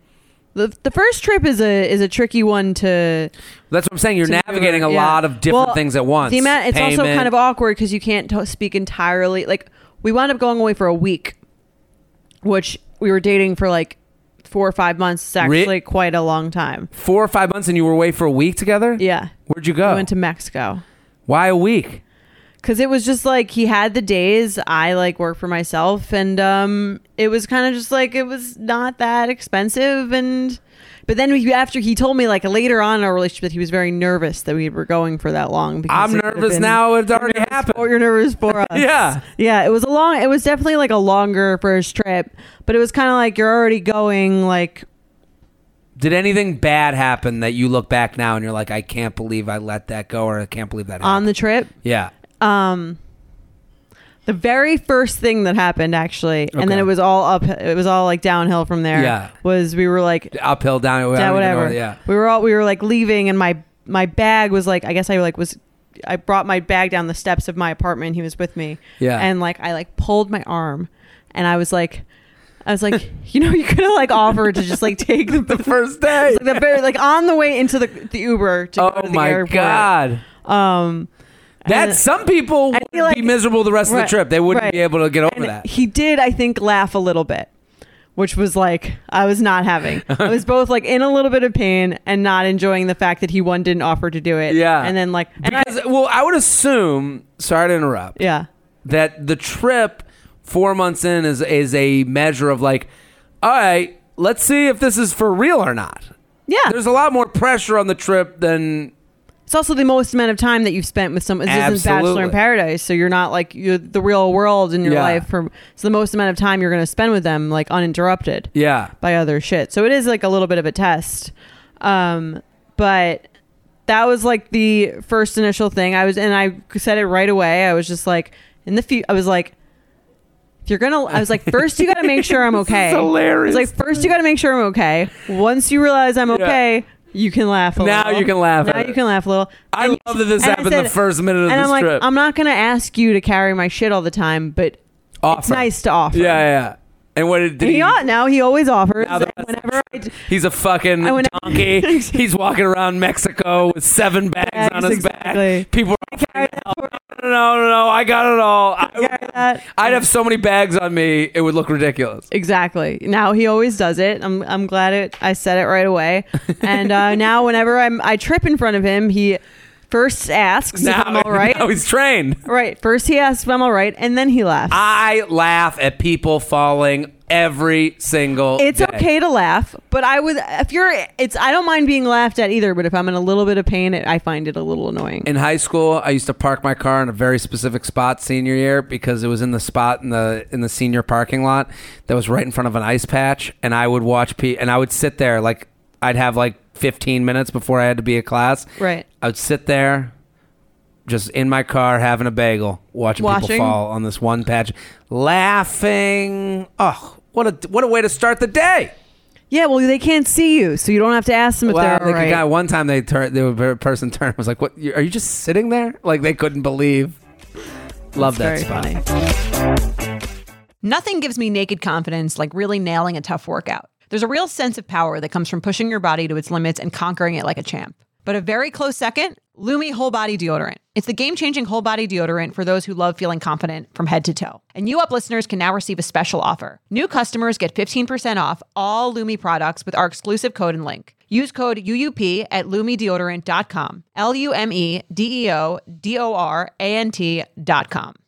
S1: the, the first trip is a is a tricky one to
S2: That's what I'm saying. You're
S1: to
S2: navigating
S1: maneuver,
S2: a
S1: yeah.
S2: lot of different
S1: Well,
S2: things at once.
S1: The amount, it's also
S2: Payment.
S1: kind of awkward because you can't to speak entirely. Like we wound up going away for a week, which we were dating for like four or five months. It's
S2: Re-
S1: actually quite a long time.
S2: four or five months, and you were away for a week together.
S1: Yeah,
S2: Where'd you go?
S1: we went to Mexico.
S2: Why a week?
S1: Cause it was just like he had the days I like work for myself, and um, it was kind of just like it was not that expensive. And but then we, after he told me like later on in our relationship that he was very nervous that we were going for that long. Because
S2: I'm
S1: it could have
S2: nervous
S1: been-
S2: now. It already happened.
S1: Or you're nervous for us.
S2: yeah.
S1: yeah. It was a long. It was definitely like a longer first trip, but it was kind of like you're already going. Like
S2: Did anything bad happen that you look back now and you're like, I can't believe I let that go, or I can't believe that
S1: on
S2: happened?
S1: the trip,
S2: yeah.
S1: um the very first thing that happened actually and
S2: Okay.
S1: then it was all up it was all like downhill from there
S2: Yeah.
S1: was we were like
S2: Uphill, down, I don't even
S1: yeah,
S2: know.
S1: whatever
S2: Yeah.
S1: we were all we were like leaving and my my bag was like i guess i like was i brought my bag down the steps of my apartment he was with me
S2: Yeah.
S1: and like i like pulled my arm and i was like i was like you know you could have like offered to just like take the,
S2: the first day.
S1: like the very like on the way into the the uber to go
S2: oh
S1: to the
S2: my
S1: airport.
S2: god.
S1: um
S2: That
S1: and-
S2: some people would
S1: and he, like-
S2: be miserable the rest of
S1: Right,
S2: the trip. They wouldn't
S1: right.
S2: be able to get over
S1: And
S2: that.
S1: He did, I think, laugh a little bit, which was like I was not having. I was both like in a little bit of pain and not enjoying the fact that he one didn't offer to do it.
S2: Yeah.
S1: and then like and I-
S2: Because well, I would assume. Sorry to interrupt.
S1: yeah,
S2: That the trip four months in is is a measure of like, all right, let's see if this is for real or not.
S1: yeah.
S2: There's a lot more pressure on the trip than
S1: it's also the most amount of time that you've spent with someone. This isn't Bachelor
S2: Absolutely.
S1: in Paradise, so you're not like you're the real world in your
S2: Yeah.
S1: life. For it's the most amount of time you're going to spend with them, like uninterrupted.
S2: yeah.
S1: by other shit. So it is like a little bit of a test. Um, but that was like the first initial thing I was, and I said it right away. I was just like, in the few, I was like, if you're gonna, I was like, first you got to make sure I'm okay.
S2: is hilarious.
S1: I was like, first you got to make sure I'm okay. Once you realize I'm okay, you can laugh. A
S2: Now
S1: little.
S2: you can laugh at
S1: Now
S2: it.
S1: you can laugh a little.
S2: I
S1: And-
S2: love that this
S1: and I
S2: happened the first minute of
S1: and
S2: this
S1: I'm like, "Um,
S2: trip.
S1: I'm not gonna ask you to carry my shit all the time, but it's
S2: Offer.
S1: nice to offer.
S2: Yeah, yeah. And what did, did
S1: He,
S2: he?
S1: ought now. He always offers.
S2: Now that-
S1: And whenever I d-
S2: He's a fucking
S1: I went-
S2: donkey. He's walking around Mexico with seven bags
S1: Bags,
S2: on his
S1: exactly.
S2: back. People are offering help. No, no, no, no. I got it all.
S1: carry
S2: I,
S1: that,
S2: I'd have so many bags on me, it would look ridiculous.
S1: Exactly. Now he always does it. I'm I'm glad it. I said it right away. And uh, now whenever I'm I trip in front of him, he first asks
S2: Now,
S1: if I'm all right.
S2: now he's trained.
S1: right. First he asks if I'm all right, and then he laughs.
S2: I laugh at people falling every single
S1: it's
S2: day.
S1: okay to laugh, but I would if you're it's I don't mind being laughed at either. But if I'm in a little bit of pain, it, I find it a little annoying.
S2: In high school, I used to park my car in a very specific spot senior year because it was in the spot in the in the senior parking lot that was right in front of an ice patch, and I would watch P and I would sit there like I'd have like 15 minutes before I had to be at class.
S1: Right.
S2: I would sit there just in my car having a bagel, watching, people
S1: Watching.
S2: fall on this one patch, laughing. Oh, what a what a way to start the day.
S1: yeah. Well, they can't see you, so you don't have to ask them if
S2: Well,
S1: they're
S2: the
S1: all right.
S2: guy one time they turned the person turned was like, "What? you- Are you just sitting there?" Like they couldn't believe. Love that
S1: Very
S2: spot.
S1: funny.
S3: Nothing gives me naked confidence like really nailing a tough workout. There's a real sense of power that comes from pushing your body to its limits and conquering it like a champ. But a very close second, Lumi Whole Body Deodorant. It's the game changing whole body deodorant for those who love feeling confident from head to toe. And you up listeners can now receive a special offer. New customers get 15% off all Lumi products with our exclusive code and link. Use code UUP at lumideodorant.com. L U M E D E O D O R A N T.com.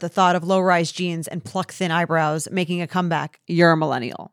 S3: the thought of low rise jeans and pluck thin eyebrows making a comeback, you're a millennial.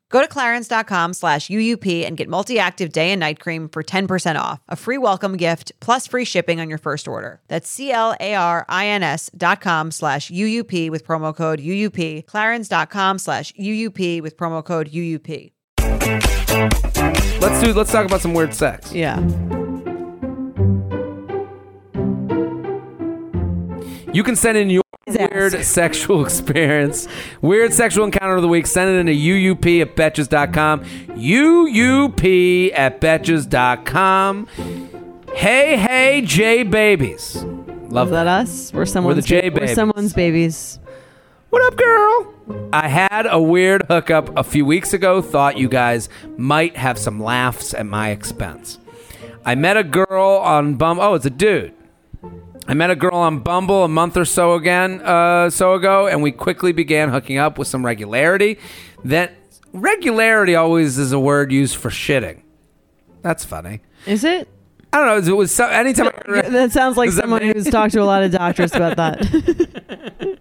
S3: Go to clarins.com slash UUP and get multi active day and night cream for 10% off, a free welcome gift, plus free shipping on your first order. That's C L A R I N S dot com slash UUP with promo code UUP, clarins.com slash UUP with promo code UUP.
S2: Let's do. Let's talk about some weird sex.
S1: Yeah.
S2: You can send in your
S1: His ass.
S2: weird sexual experience, weird sexual encounter of the week. Send it in to uup at betches.com. uup at betches.com. Hey, hey, J babies. Love
S1: Is that us? We're someone's
S2: J
S1: ba-
S2: babies.
S1: We're someone's babies.
S2: What up, girl? I had a weird hookup a few weeks ago. Thought you guys might have some laughs at my expense. I met a girl on Bum. Oh, it's a dude. I met a girl on Bumble a month or so again, uh, so ago, and we quickly began hooking up with some regularity. That regularity always is a word used for shitting. That's funny.
S1: Is it?
S2: I don't know. It was, so, anytime I heard-
S1: That sounds like
S2: Does that
S1: someone
S2: make-
S1: who's talked to a lot of doctors about that.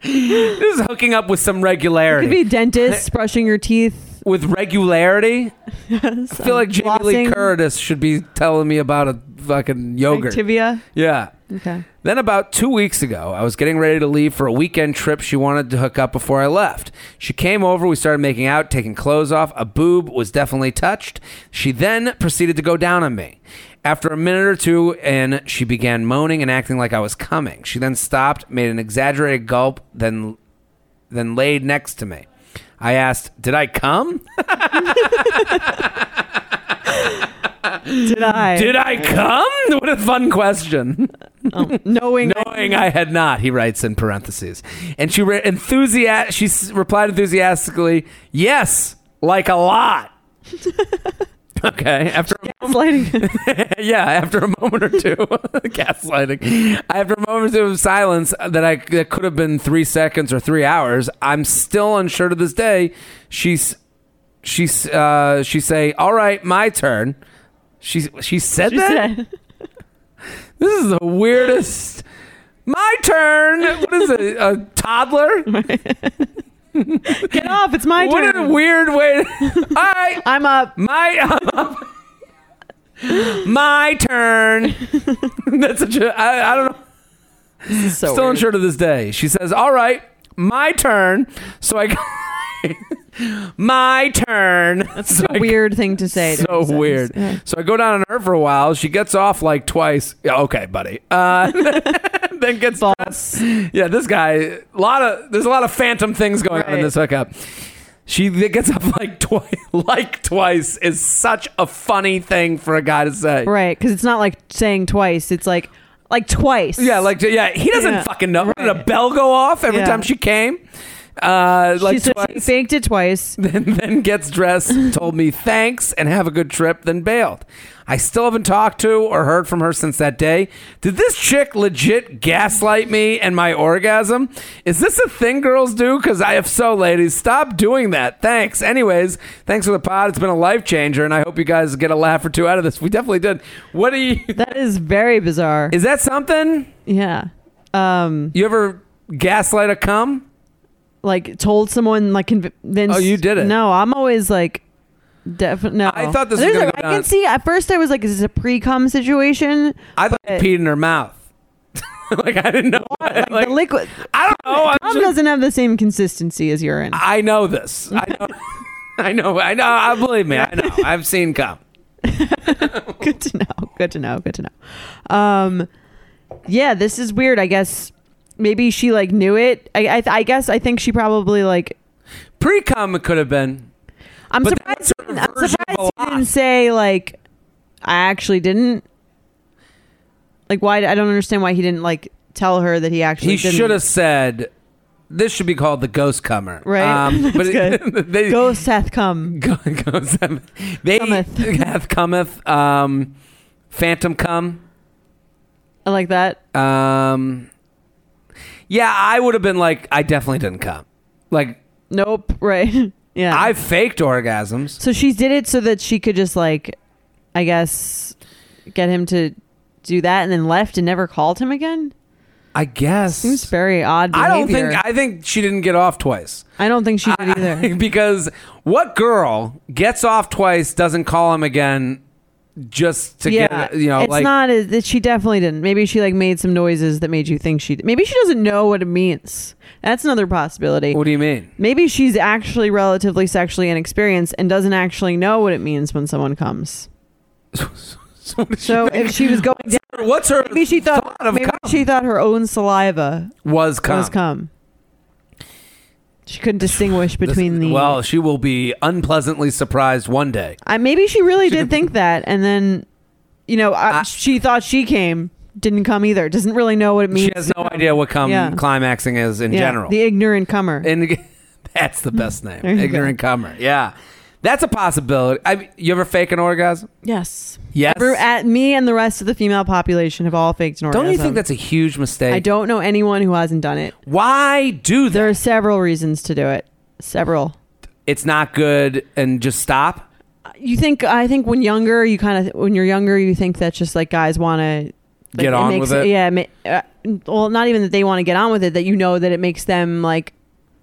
S2: this is hooking up with some regularity.
S1: Could be dentist brushing your teeth.
S2: with regularity. I feel like Jamie Lee
S1: flossing.
S2: Curtis should be telling me about a fucking yogurt.
S1: Activia.
S2: Yeah.
S1: Okay.
S2: Then about two weeks ago, I was getting ready to leave for a weekend trip she wanted to hook up before I left. She came over, we started making out, taking clothes off. A boob was definitely touched. She then proceeded to go down on me. After a minute or two in, she began moaning and acting like I was coming. She then stopped, made an exaggerated gulp, then then laid next to me. I asked, "Did I come?
S1: Did I?
S2: Did I come? What a fun question."
S1: Oh, knowing
S2: knowing I had not, he writes in parentheses. And she re- enthusiast she s- replied enthusiastically, "Yes, like a lot." okay, after
S1: gaslighting.
S2: yeah, after a moment or two, gaslighting. After a moment or two of silence that I that could have been 3 seconds or 3 hours, I'm still unsure to this day. She's she's uh she say, "All right, my turn." She she said
S1: She
S2: that?
S1: said,
S2: This is the weirdest. My turn. What is it? A toddler?
S1: "Get off! It's my
S2: what a
S1: turn.
S2: weird way. I
S1: I'm up."
S2: my my turn. That's such a. I, I don't know.
S1: This is so
S2: Still
S1: weird.
S2: unsure to this day. She says, "All right, my turn." So I. my turn. That's
S1: It's a weird thing to say. to
S2: so
S1: make sense.
S2: weird.
S1: Yeah.
S2: So I go down on her for a while. She gets off like twice. Yeah, okay, buddy. Uh, then gets
S1: False.
S2: Yeah, this guy. A lot of there's a lot of phantom things going on in
S1: Right.
S2: this hookup. She th- gets up like twice. Like twice is such a funny thing for a guy to say.
S1: Right? Because it's not like saying twice. It's like like twice.
S2: Yeah, like yeah, he doesn't
S1: Yeah.
S2: fucking know. Did a
S1: Right.
S2: bell go off every
S1: Yeah.
S2: time she came? Uh,
S1: she
S2: like
S1: says
S2: twice.
S1: he faked it twice.
S2: then, then gets dressed, told me thanks and have a good trip, then bailed. I still haven't talked to or heard from her since that day. Did this chick legit gaslight me and my orgasm? Is this a thing girls do? Because I, if so, ladies, stop doing that. Thanks. Anyways, thanks for the pod. It's been a life changer, and I hope you guys get a laugh or two out of this. We definitely did. What do you?
S1: That is very bizarre.
S2: Is that something
S1: yeah. Um,
S2: you ever gaslight a cum?
S1: like told someone like conv- then.
S2: Oh, you did it.
S1: No, I'm always like. Definitely. No.
S2: I thought this was
S1: There's
S2: gonna
S1: a-
S2: go
S1: I
S2: down-
S1: can see. At first, I was like, "Is this a pre-cum situation?"
S2: I thought you
S1: But-
S2: peed in her mouth. like I didn't know. what- like-
S1: the liquid
S2: I don't know. I'm
S1: cum
S2: just-
S1: doesn't have the same consistency as urine.
S2: I know this. I know. I know. I know. I believe me. I know. I've seen cum.
S1: good to know. Good to know. Good to know. Um, yeah, this is weird. I guess maybe she like knew it. I I, I guess I think she probably like.
S2: Pre cum could have been.
S1: I'm
S2: But
S1: surprised.
S2: that's a
S1: I'm surprised
S2: version of a
S1: you
S2: lie.
S1: didn't say like. I actually didn't. Like why? I don't understand why he didn't like tell her that he actually
S2: He
S1: didn't.
S2: should have said. This should be called the ghost cummer.
S1: Right. That's
S2: but it- they
S1: Ghost hath come.
S2: Go- ghost cum- They
S1: Cometh.
S2: hath cometh. Um, phantom cum.
S1: I like that.
S2: Um, yeah, I would have been like, I definitely didn't cum. Like
S1: Nope. Right. yeah.
S2: I faked orgasms.
S1: So she did it so that she could just like, I guess, get him to do that, and then left and never called him again.
S2: I guess.
S1: Seems very odd.
S2: I
S1: Behavior.
S2: don't think. I think she didn't get off twice.
S1: I don't think she did either.
S2: because what girl gets off twice doesn't call him again just to
S1: yeah,
S2: get you know
S1: it's
S2: like
S1: not as that she definitely didn't. Maybe she like made some noises that made you think she. Maybe she doesn't know what it means. That's another possibility.
S2: what do you mean
S1: Maybe she's actually relatively sexually inexperienced and doesn't actually know what it means when someone comes.
S2: so what does she
S1: So
S2: think?
S1: if she was going down,
S2: what's her
S1: maybe she thought,
S2: thought of
S1: maybe
S2: cum?
S1: she thought her own saliva
S2: was cum,
S1: was cum. She couldn't distinguish
S2: This-
S1: between the.
S2: well she will be unpleasantly surprised one day
S1: I, maybe she really did think that, and then, you know, I,
S2: I-
S1: she thought she came, didn't come either. Doesn't really know what it means.
S2: she has no idea what cum
S1: Yeah.
S2: climaxing is in
S1: Yeah,
S2: general
S1: the ignorant comer.
S2: and that's the best name
S1: There you go.
S2: ignorant comer yeah That's a possibility. I, you ever fake an orgasm?
S1: Yes.
S2: Yes.
S1: Every- at me and the rest of the female population have all faked an orgasm.
S2: Don't you think that's a huge mistake?
S1: I don't know anyone who hasn't done it.
S2: Why do that?
S1: There are several reasons to do it. Several.
S2: it's not good and just stop.
S1: You think I think when younger, you kind of when you're younger, you think that just like guys want to
S2: Get on
S1: makes,
S2: with it?
S1: Yeah. ma- uh, well, not even that they want to get on with it. That you know that it makes them like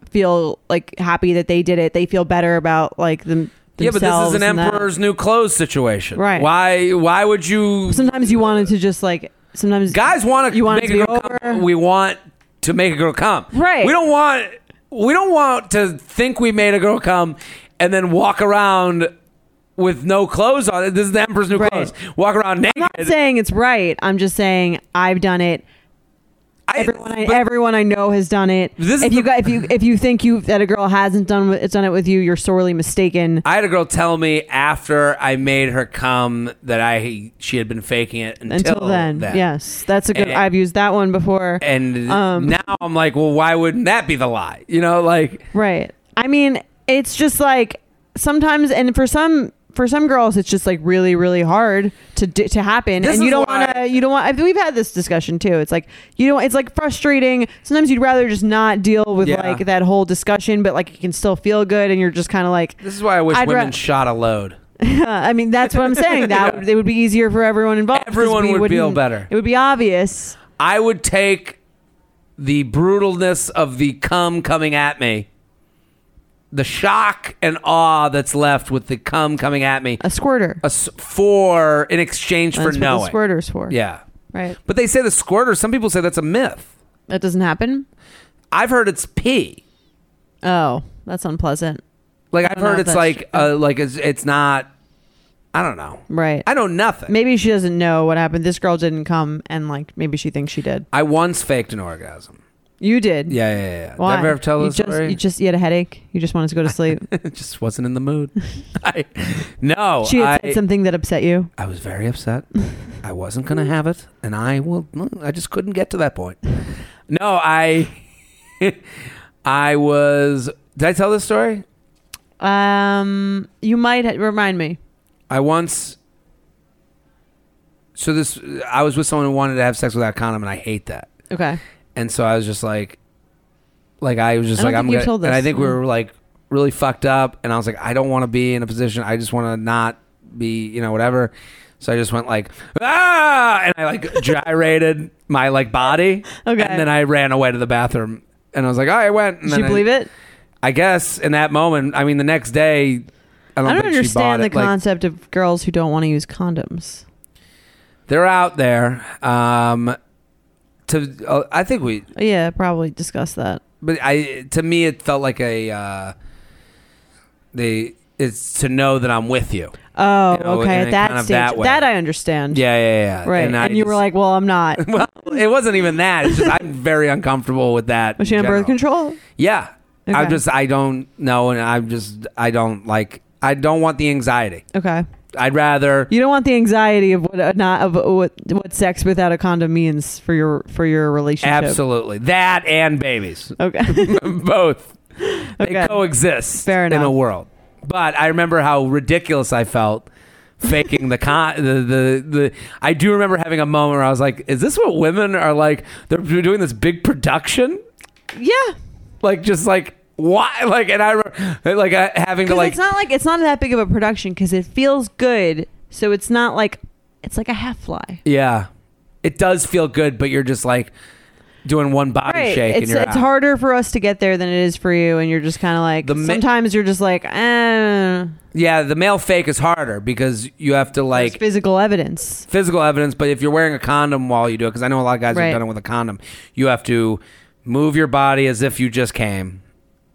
S1: feel like happy that they did it. They feel better about like them.
S2: Yeah, but this is
S1: themselves
S2: an
S1: and that.
S2: emperor's new clothes situation.
S1: Right.
S2: Why why would you
S1: Sometimes you wanted to just like sometimes
S2: guys want to
S1: You want it
S2: make
S1: to
S2: a
S1: be "Oh,
S2: girl come?
S1: over?
S2: We want to make a girl come.
S1: Right.
S2: We don't want we don't want to think we made a girl come and then walk around with no clothes on. This is the emperor's new
S1: Right.
S2: clothes. Walk around naked.
S1: I'm not saying it's right. I'm just saying I've done it.
S2: I-
S1: Everyone, I,
S2: but-
S1: everyone I know has done it.
S2: This is
S1: if you
S2: the-
S1: got, if you if you think you that a girl hasn't done it- done it with you, you're sorely mistaken.
S2: I had a girl tell me after I made her come that I she had been faking it until,
S1: Until, then, yes, that's a good.
S2: And-
S1: I've used that one before.
S2: And
S1: Um,
S2: now I'm like, well, why wouldn't that be the lie? You know, like
S1: right. I mean, it's just like sometimes, and for some for some girls, it's just like really really hard to d- to happen,
S2: This
S1: and you
S2: is
S1: don't
S2: why-
S1: want to. You don't want. We've had this discussion too. It's like you don't. It's like frustrating. Sometimes you'd rather just not deal with
S2: Yeah.
S1: like that whole discussion, but like it can still feel good, and you're just kind of like.
S2: this is why I wish
S1: I'd
S2: women
S1: ra-
S2: shot a load.
S1: I mean, that's what I'm saying. That would it would be easier for everyone involved. 'cause
S2: Everyone
S1: we
S2: would feel
S1: wouldn't-
S2: better.
S1: It would be obvious.
S2: I would take the brutalness of the cum coming at me, the shock and awe that's left with the cum coming at me,
S1: A squirter.
S2: a s- for in exchange
S1: that's
S2: for
S1: what
S2: knowing.
S1: the squirter's for.
S2: Yeah,
S1: Right.
S2: but they say the squirter. Some people say that's a myth.
S1: That doesn't happen.
S2: I've heard it's pee.
S1: Oh, that's unpleasant.
S2: Like I've
S1: don't know
S2: heard
S1: if
S2: it's
S1: that's
S2: like
S1: true.
S2: uh, like it's it's not. I don't know.
S1: Right.
S2: I know nothing.
S1: maybe she doesn't know what happened. This girl didn't come, and like maybe she thinks she did.
S2: I once faked an orgasm.
S1: You did.
S2: Yeah, yeah, yeah. yeah.
S1: Why?
S2: Did I ever tell
S1: you
S2: this
S1: just,
S2: story?
S1: You just you had a headache. You just wanted to go to sleep.
S2: just wasn't in the mood. I, no,
S1: she had
S2: I,
S1: said something that upset you.
S2: I was very upset. I wasn't gonna have it, and I will. I just couldn't get to that point. No, I, I was. Did I tell this story?
S1: Um, you might ha- remind me.
S2: I once. So this, I was with someone who wanted to have sex without a condom, and I hate that.
S1: Okay.
S2: And so I was just like, like I was just
S1: I
S2: like,
S1: don't think
S2: I'm
S1: you've
S2: gonna,
S1: told
S2: and I
S1: this.
S2: think we
S1: Mm.
S2: were like really fucked up. And I was like, I don't want to be in a position. I just want to not be, you know, whatever. So I just went like, ah, and I like gyrated my like body.
S1: Okay.
S2: And then I ran away to the bathroom, and I was like, oh, I went. And
S1: Did you
S2: then I-
S1: believe it?
S2: I guess in that moment, I mean, the next day, I don't,
S1: I don't
S2: think she bought
S1: understand the
S2: it. Like,
S1: concept of girls who don't want to use condoms.
S2: they're out there. Um, to uh, I think we
S1: Oh, Yeah, probably discuss that.
S2: but I to me it felt like a uh, they it's to know that I'm with you.
S1: Oh,
S2: You know, in
S1: okay.
S2: a
S1: At that
S2: kind of
S1: stage,
S2: that
S1: that,
S2: way.
S1: I understand.
S2: Yeah, yeah, yeah.
S1: right. And,
S2: I
S1: you
S2: just-
S1: were like, "Well, I'm not."
S2: well, it wasn't even that. It's just I'm very uncomfortable with that.
S1: Was she
S2: in
S1: on birth
S2: general.
S1: control?
S2: Yeah, I'm
S1: Okay.
S2: just I don't know, and I'm just I don't like I don't want the anxiety.
S1: Okay.
S2: I'd rather
S1: You don't want the anxiety of what uh, not of what what sex without a condom means for your for your relationship.
S2: absolutely that and babies
S1: Okay.
S2: both. They
S1: Okay.
S2: coexist
S1: Fair
S2: in a
S1: enough.
S2: world. But I remember how ridiculous I felt faking the con the, the the I do remember having a moment where I was like, is this what women are like they're doing this big production?
S1: yeah.
S2: Like just like why like and I re- like I, having to
S1: 'Cause
S2: like
S1: it's not like it's not that big of a production because it feels good. So it's not like it's like a half fly.
S2: Yeah. It does feel good, but you're just like doing one body
S1: Right.
S2: shake and
S1: It's
S2: you're out.
S1: it's harder for us to get there than it is for you, and you're just kind of like
S2: The mi-
S1: sometimes you're just like, eh,
S2: Yeah, the male fake is harder because you have to
S1: there's
S2: like
S1: physical evidence.
S2: physical evidence, but if you're wearing a condom while you do it, because I know a lot of guys
S1: Right.
S2: have done it with a condom, you have to move your body as if you just came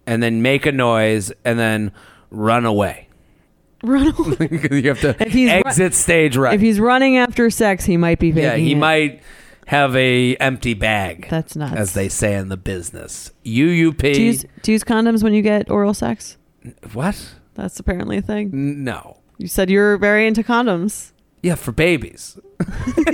S2: and then make a noise and then run away.
S1: Run away.
S2: you have to
S1: If he's ru-
S2: exit stage right.
S1: If he's running after sex, he might be faking
S2: yeah, he
S1: it.
S2: might have a empty bag.
S1: That's nuts.
S2: As they say in the business. UUP.
S1: Do you, use, do you use condoms when you get oral sex?
S2: what?
S1: That's apparently a thing.
S2: N- No.
S1: You said you're very into condoms.
S2: Yeah, for babies. Basically,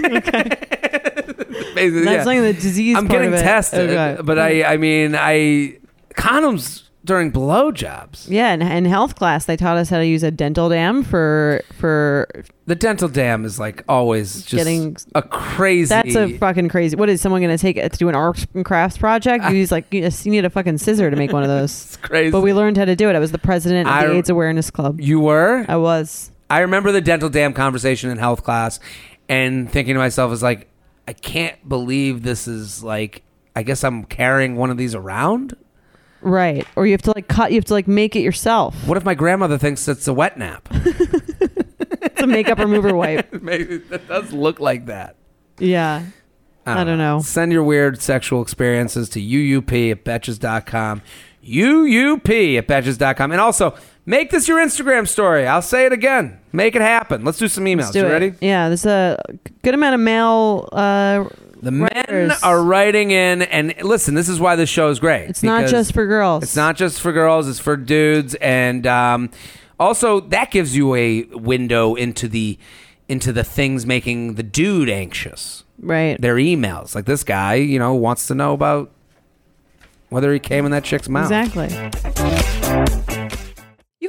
S2: yeah.
S1: That's like the disease.
S2: I'm
S1: part
S2: getting uh,
S1: of it.
S2: tested,
S1: Okay.
S2: but I I mean I condoms during blowjobs.
S1: Yeah, in, in health class they taught us how to use a dental dam for for
S2: The dental dam is like always just
S1: Getting-
S2: a crazy.
S1: that's a fucking crazy. What is someone going to take it to do an arts and crafts project? You use like you, just, you need a fucking scissor to make one of those.
S2: Ah. it's crazy.
S1: But we learned how to do it. I was the president of the
S2: I-
S1: AIDS Awareness Club.
S2: you were.
S1: I was.
S2: I remember the dental dam conversation in health class, and thinking to myself, "Is like, I can't believe this is like. I guess I'm carrying one of these around.
S1: Right. Or you have to like cut you have to like make it yourself.
S2: What if my grandmother thinks it's a wet nap?
S1: It's a makeup remover wipe.
S2: Maybe that does look like that.
S1: Yeah.
S2: Ah,
S1: I don't know.
S2: Send your weird sexual experiences to uup at betches.com. uup at betches.com. And also, make this your Instagram story. I'll say it again. Make it happen. Let's do some emails.
S1: Let's do
S2: you
S1: it.
S2: ready?
S1: Yeah, there's a good amount of male uh
S2: The men
S1: Writers.
S2: are writing in. And listen, this is why this show is great.
S1: it's not
S2: because
S1: just for girls.
S2: It's not just for girls, it's for dudes. And um, also, that gives you a window into the into the things making the dude anxious.
S1: right.
S2: their emails. Like this guy, you know, wants to know about whether he came in that chick's mouth.
S1: Exactly.
S3: You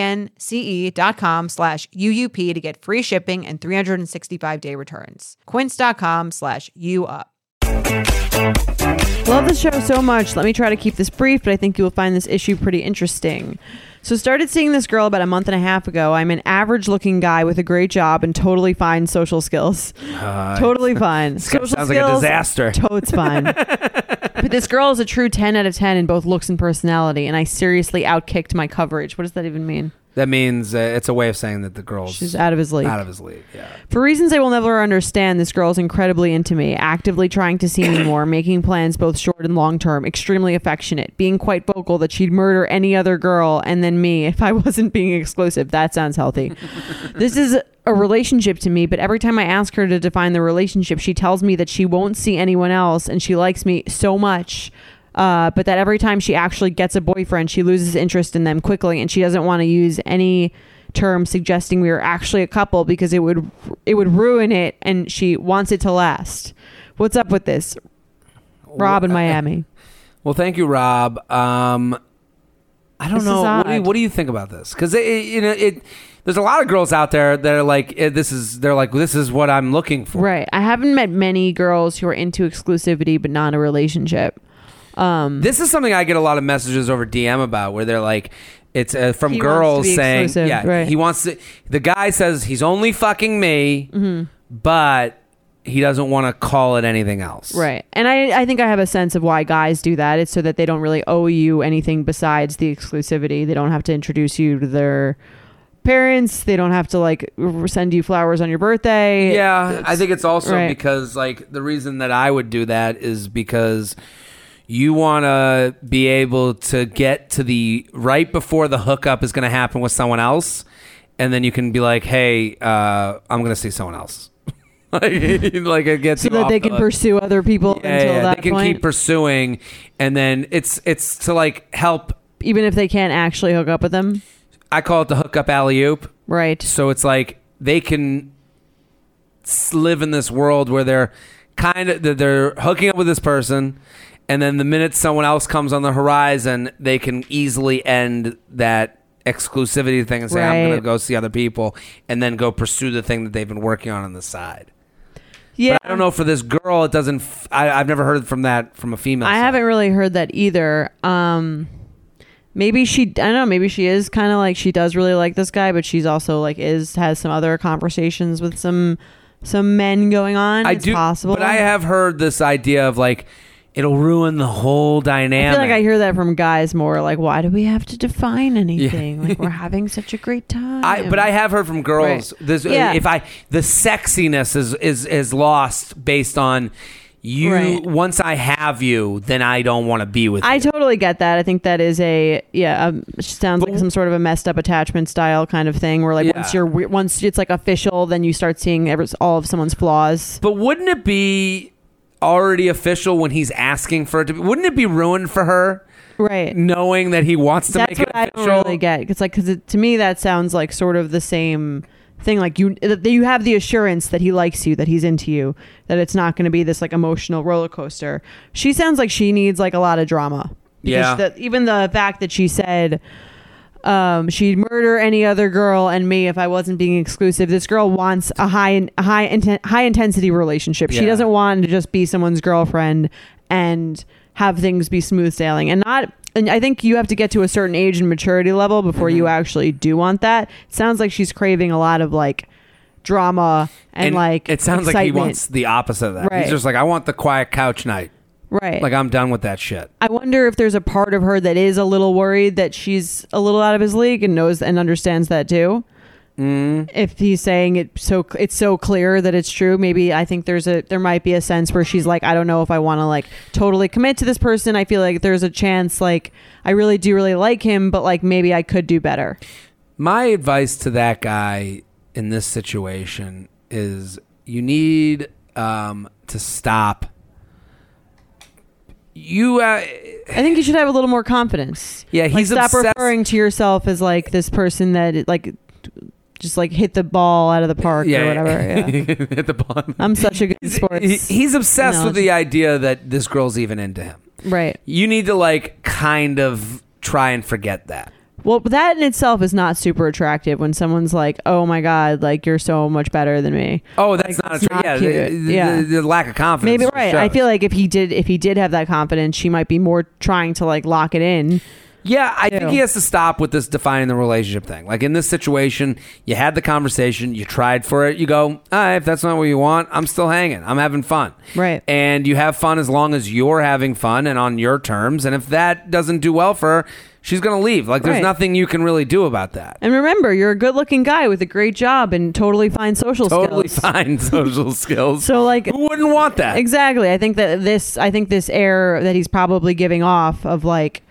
S3: E dot com slash UUP to get free shipping and 365 day returns. Quince.com slash UUP.
S1: Love the show so much. Let me try to keep this brief, but I think you will find this issue pretty interesting. So, started seeing this girl about a month and a half ago. I'm an average looking guy with a great job and totally fine social skills. totally fine. social
S2: Uh, Sounds like a
S1: skills,
S2: disaster.
S1: Totes fine. but this girl is a true 10 out of 10 in both looks and personality, and I seriously outkicked my coverage. What does that even mean?
S2: That means uh, it's a way of saying that the girl's
S1: She's out of his league.
S2: out of his league. Yeah.
S1: For reasons I will never understand, this girl's incredibly into me, actively trying to see me more, making plans both short and long term, extremely affectionate, being quite vocal that she'd murder any other girl and then me if I wasn't being exclusive. That sounds healthy. this is a relationship to me, but every time I ask her to define the relationship, she tells me that she won't see anyone else and she likes me so much. Uh, but that every time she actually gets a boyfriend, she loses interest in them quickly and she doesn't want to use any term suggesting we were actually a couple because it would it would ruin it and she wants it to last. What's up with this? Rob in Miami.
S2: Well, thank you, Rob. Um, I don't
S1: This is
S2: know. What do, you,
S1: odd.
S2: what do you think about this? Because it, it, you know, it. There's a lot of girls out there that are like, eh, this is. They're like, this is what I'm looking for.
S1: Right. I haven't met many girls who are into exclusivity but not a relationship. Um,
S2: This is something I get a lot of messages over DM about, where they're like, it's uh, from
S1: He wants
S2: girls
S1: to be
S2: saying,
S1: exclusive,
S2: yeah,
S1: right.
S2: he wants. To, the guy says he's only fucking me,
S1: Mm-hmm.
S2: but he doesn't want to call it anything else.
S1: right. And I, I think I have a sense of why guys do that. It's so that they don't really owe you anything besides the exclusivity. They don't have to introduce you to their parents. They don't have to like r- send you flowers on your birthday.
S2: Yeah, I think it's also
S1: right.
S2: because like the reason that I would do that is because you want to be able to get to the right before the hookup is going to happen with someone else, and then you can be like, "Hey, uh, I'm going to see someone else." like it gets
S1: So
S2: you
S1: that
S2: off
S1: they
S2: the
S1: can
S2: hook.
S1: pursue other people
S2: Yeah,
S1: until
S2: yeah,
S1: that
S2: they can
S1: point.
S2: keep pursuing, and then it's it's to like help.
S1: even if they can't actually hook up with them.
S2: I call it the hookup alley oop.
S1: Right.
S2: So it's like they can s- live in this world where they're kind of they're- they're hooking up with this person, and then the minute someone else comes on the horizon, they can easily end that exclusivity thing and say, "I'm going to
S1: Right.
S2: go see other people," and then go pursue the thing that they've been working on on the side.
S1: Yeah.
S2: But I don't know for this girl, it doesn't. F- I, I've never heard from that from a female.
S1: I
S2: side.
S1: haven't really heard that either. Um, maybe she, I don't know, maybe she is kind of like she does really like this guy, but she's also like is has some other conversations with some some men going on.
S2: I
S1: it's
S2: do,
S1: possible.
S2: but I have heard this idea of like it'll ruin the whole
S1: I
S2: dynamic.
S1: feel like I hear that from guys more. Like, why do we have to define anything? like, we're having such a great time.
S2: I, but I have heard from girls this uh,
S1: Yeah.
S2: if I the sexiness is is is lost based on you
S1: Right.
S2: once I have you then I don't want to be with
S1: I
S2: you.
S1: totally get that. I think that is a yeah. Um, it sounds like some sort of a messed up attachment style kind of thing, where like
S2: Yeah.
S1: once you're we- once it's like official, then you start seeing every, all of someone's flaws.
S2: but wouldn't it be already official when he's asking for it to be? Wouldn't it be ruined for her
S1: Right.
S2: knowing that he wants to make
S1: That's what
S2: it
S1: I
S2: official?
S1: don't really get. It's like because it, to me that sounds like sort of the same thing. Like you, that you have the assurance that he likes you, that he's into you, that it's not going to be this like emotional roller coaster. She sounds like she needs like a lot of drama. Because
S2: Yeah.
S1: the- even the fact that she said. Um, she'd murder any other girl and me if I wasn't being exclusive. This girl wants a high, high, inten- high intensity relationship. She
S2: Yeah.
S1: doesn't want to just be someone's girlfriend and have things be smooth sailing and not. And I think you have to get to a certain age and maturity level before you
S2: Mm-hmm.
S1: actually do want that. It sounds like she's craving a lot of like drama and, like
S2: it sounds like he
S1: excitement.
S2: wants the opposite of that.
S1: Right.
S2: He's just like I want the quiet couch night.
S1: right.
S2: Like I'm done with that shit.
S1: I wonder if there's a part of her that is a little worried that she's a little out of his league and knows and understands that too.
S2: Mm.
S1: If he's saying it so it's so clear that it's true, maybe I think there's a there might be a sense where she's like, I don't know if I want to like totally commit to this person. I feel like there's a chance like I really do really like him, but like maybe I could do better.
S2: My advice to that guy in this situation is you need um, to stop. You, uh,
S1: I think you should have a little more confidence.
S2: yeah,
S1: Like,
S2: he's
S1: stop
S2: obsessed.
S1: referring to yourself as like this person that like just like hit the ball out of the park
S2: yeah,
S1: or whatever. Yeah.
S2: At the bottom.
S1: I'm such a good
S2: He's-
S1: sports.
S2: he- he's obsessed with the idea that this girl's even into him.
S1: right.
S2: You need to like kind of try and forget that.
S1: Well, that in itself is not super attractive when someone's like, "Oh my god, like you're so much better than me."
S2: Oh, that's
S1: Like,
S2: not a
S1: it's
S2: tr-
S1: not
S2: yeah,
S1: cute.
S2: the- the-
S1: Yeah.
S2: The, lack of confidence.
S1: Maybe
S2: for
S1: right.
S2: sure.
S1: I feel like if he did if he did have that confidence, she might be more trying to like lock it in.
S2: Yeah, I think
S1: too.
S2: he has to stop with this defining the relationship thing. Like in this situation, you had the conversation, you tried for it, you go, all right, if that's not what you want, I'm still hanging. I'm having fun.
S1: Right.
S2: And you have fun as long as you're having fun and on your terms. And if that doesn't do well for her, she's going to leave. Like there's
S1: Right.
S2: nothing you can really do about that.
S1: And remember, you're a good-looking guy with a great job and totally fine social
S2: Totally
S1: skills.
S2: fine social skills.
S1: So like
S2: Who wouldn't want that?
S1: Exactly. I think that this I think this air that he's probably giving off of like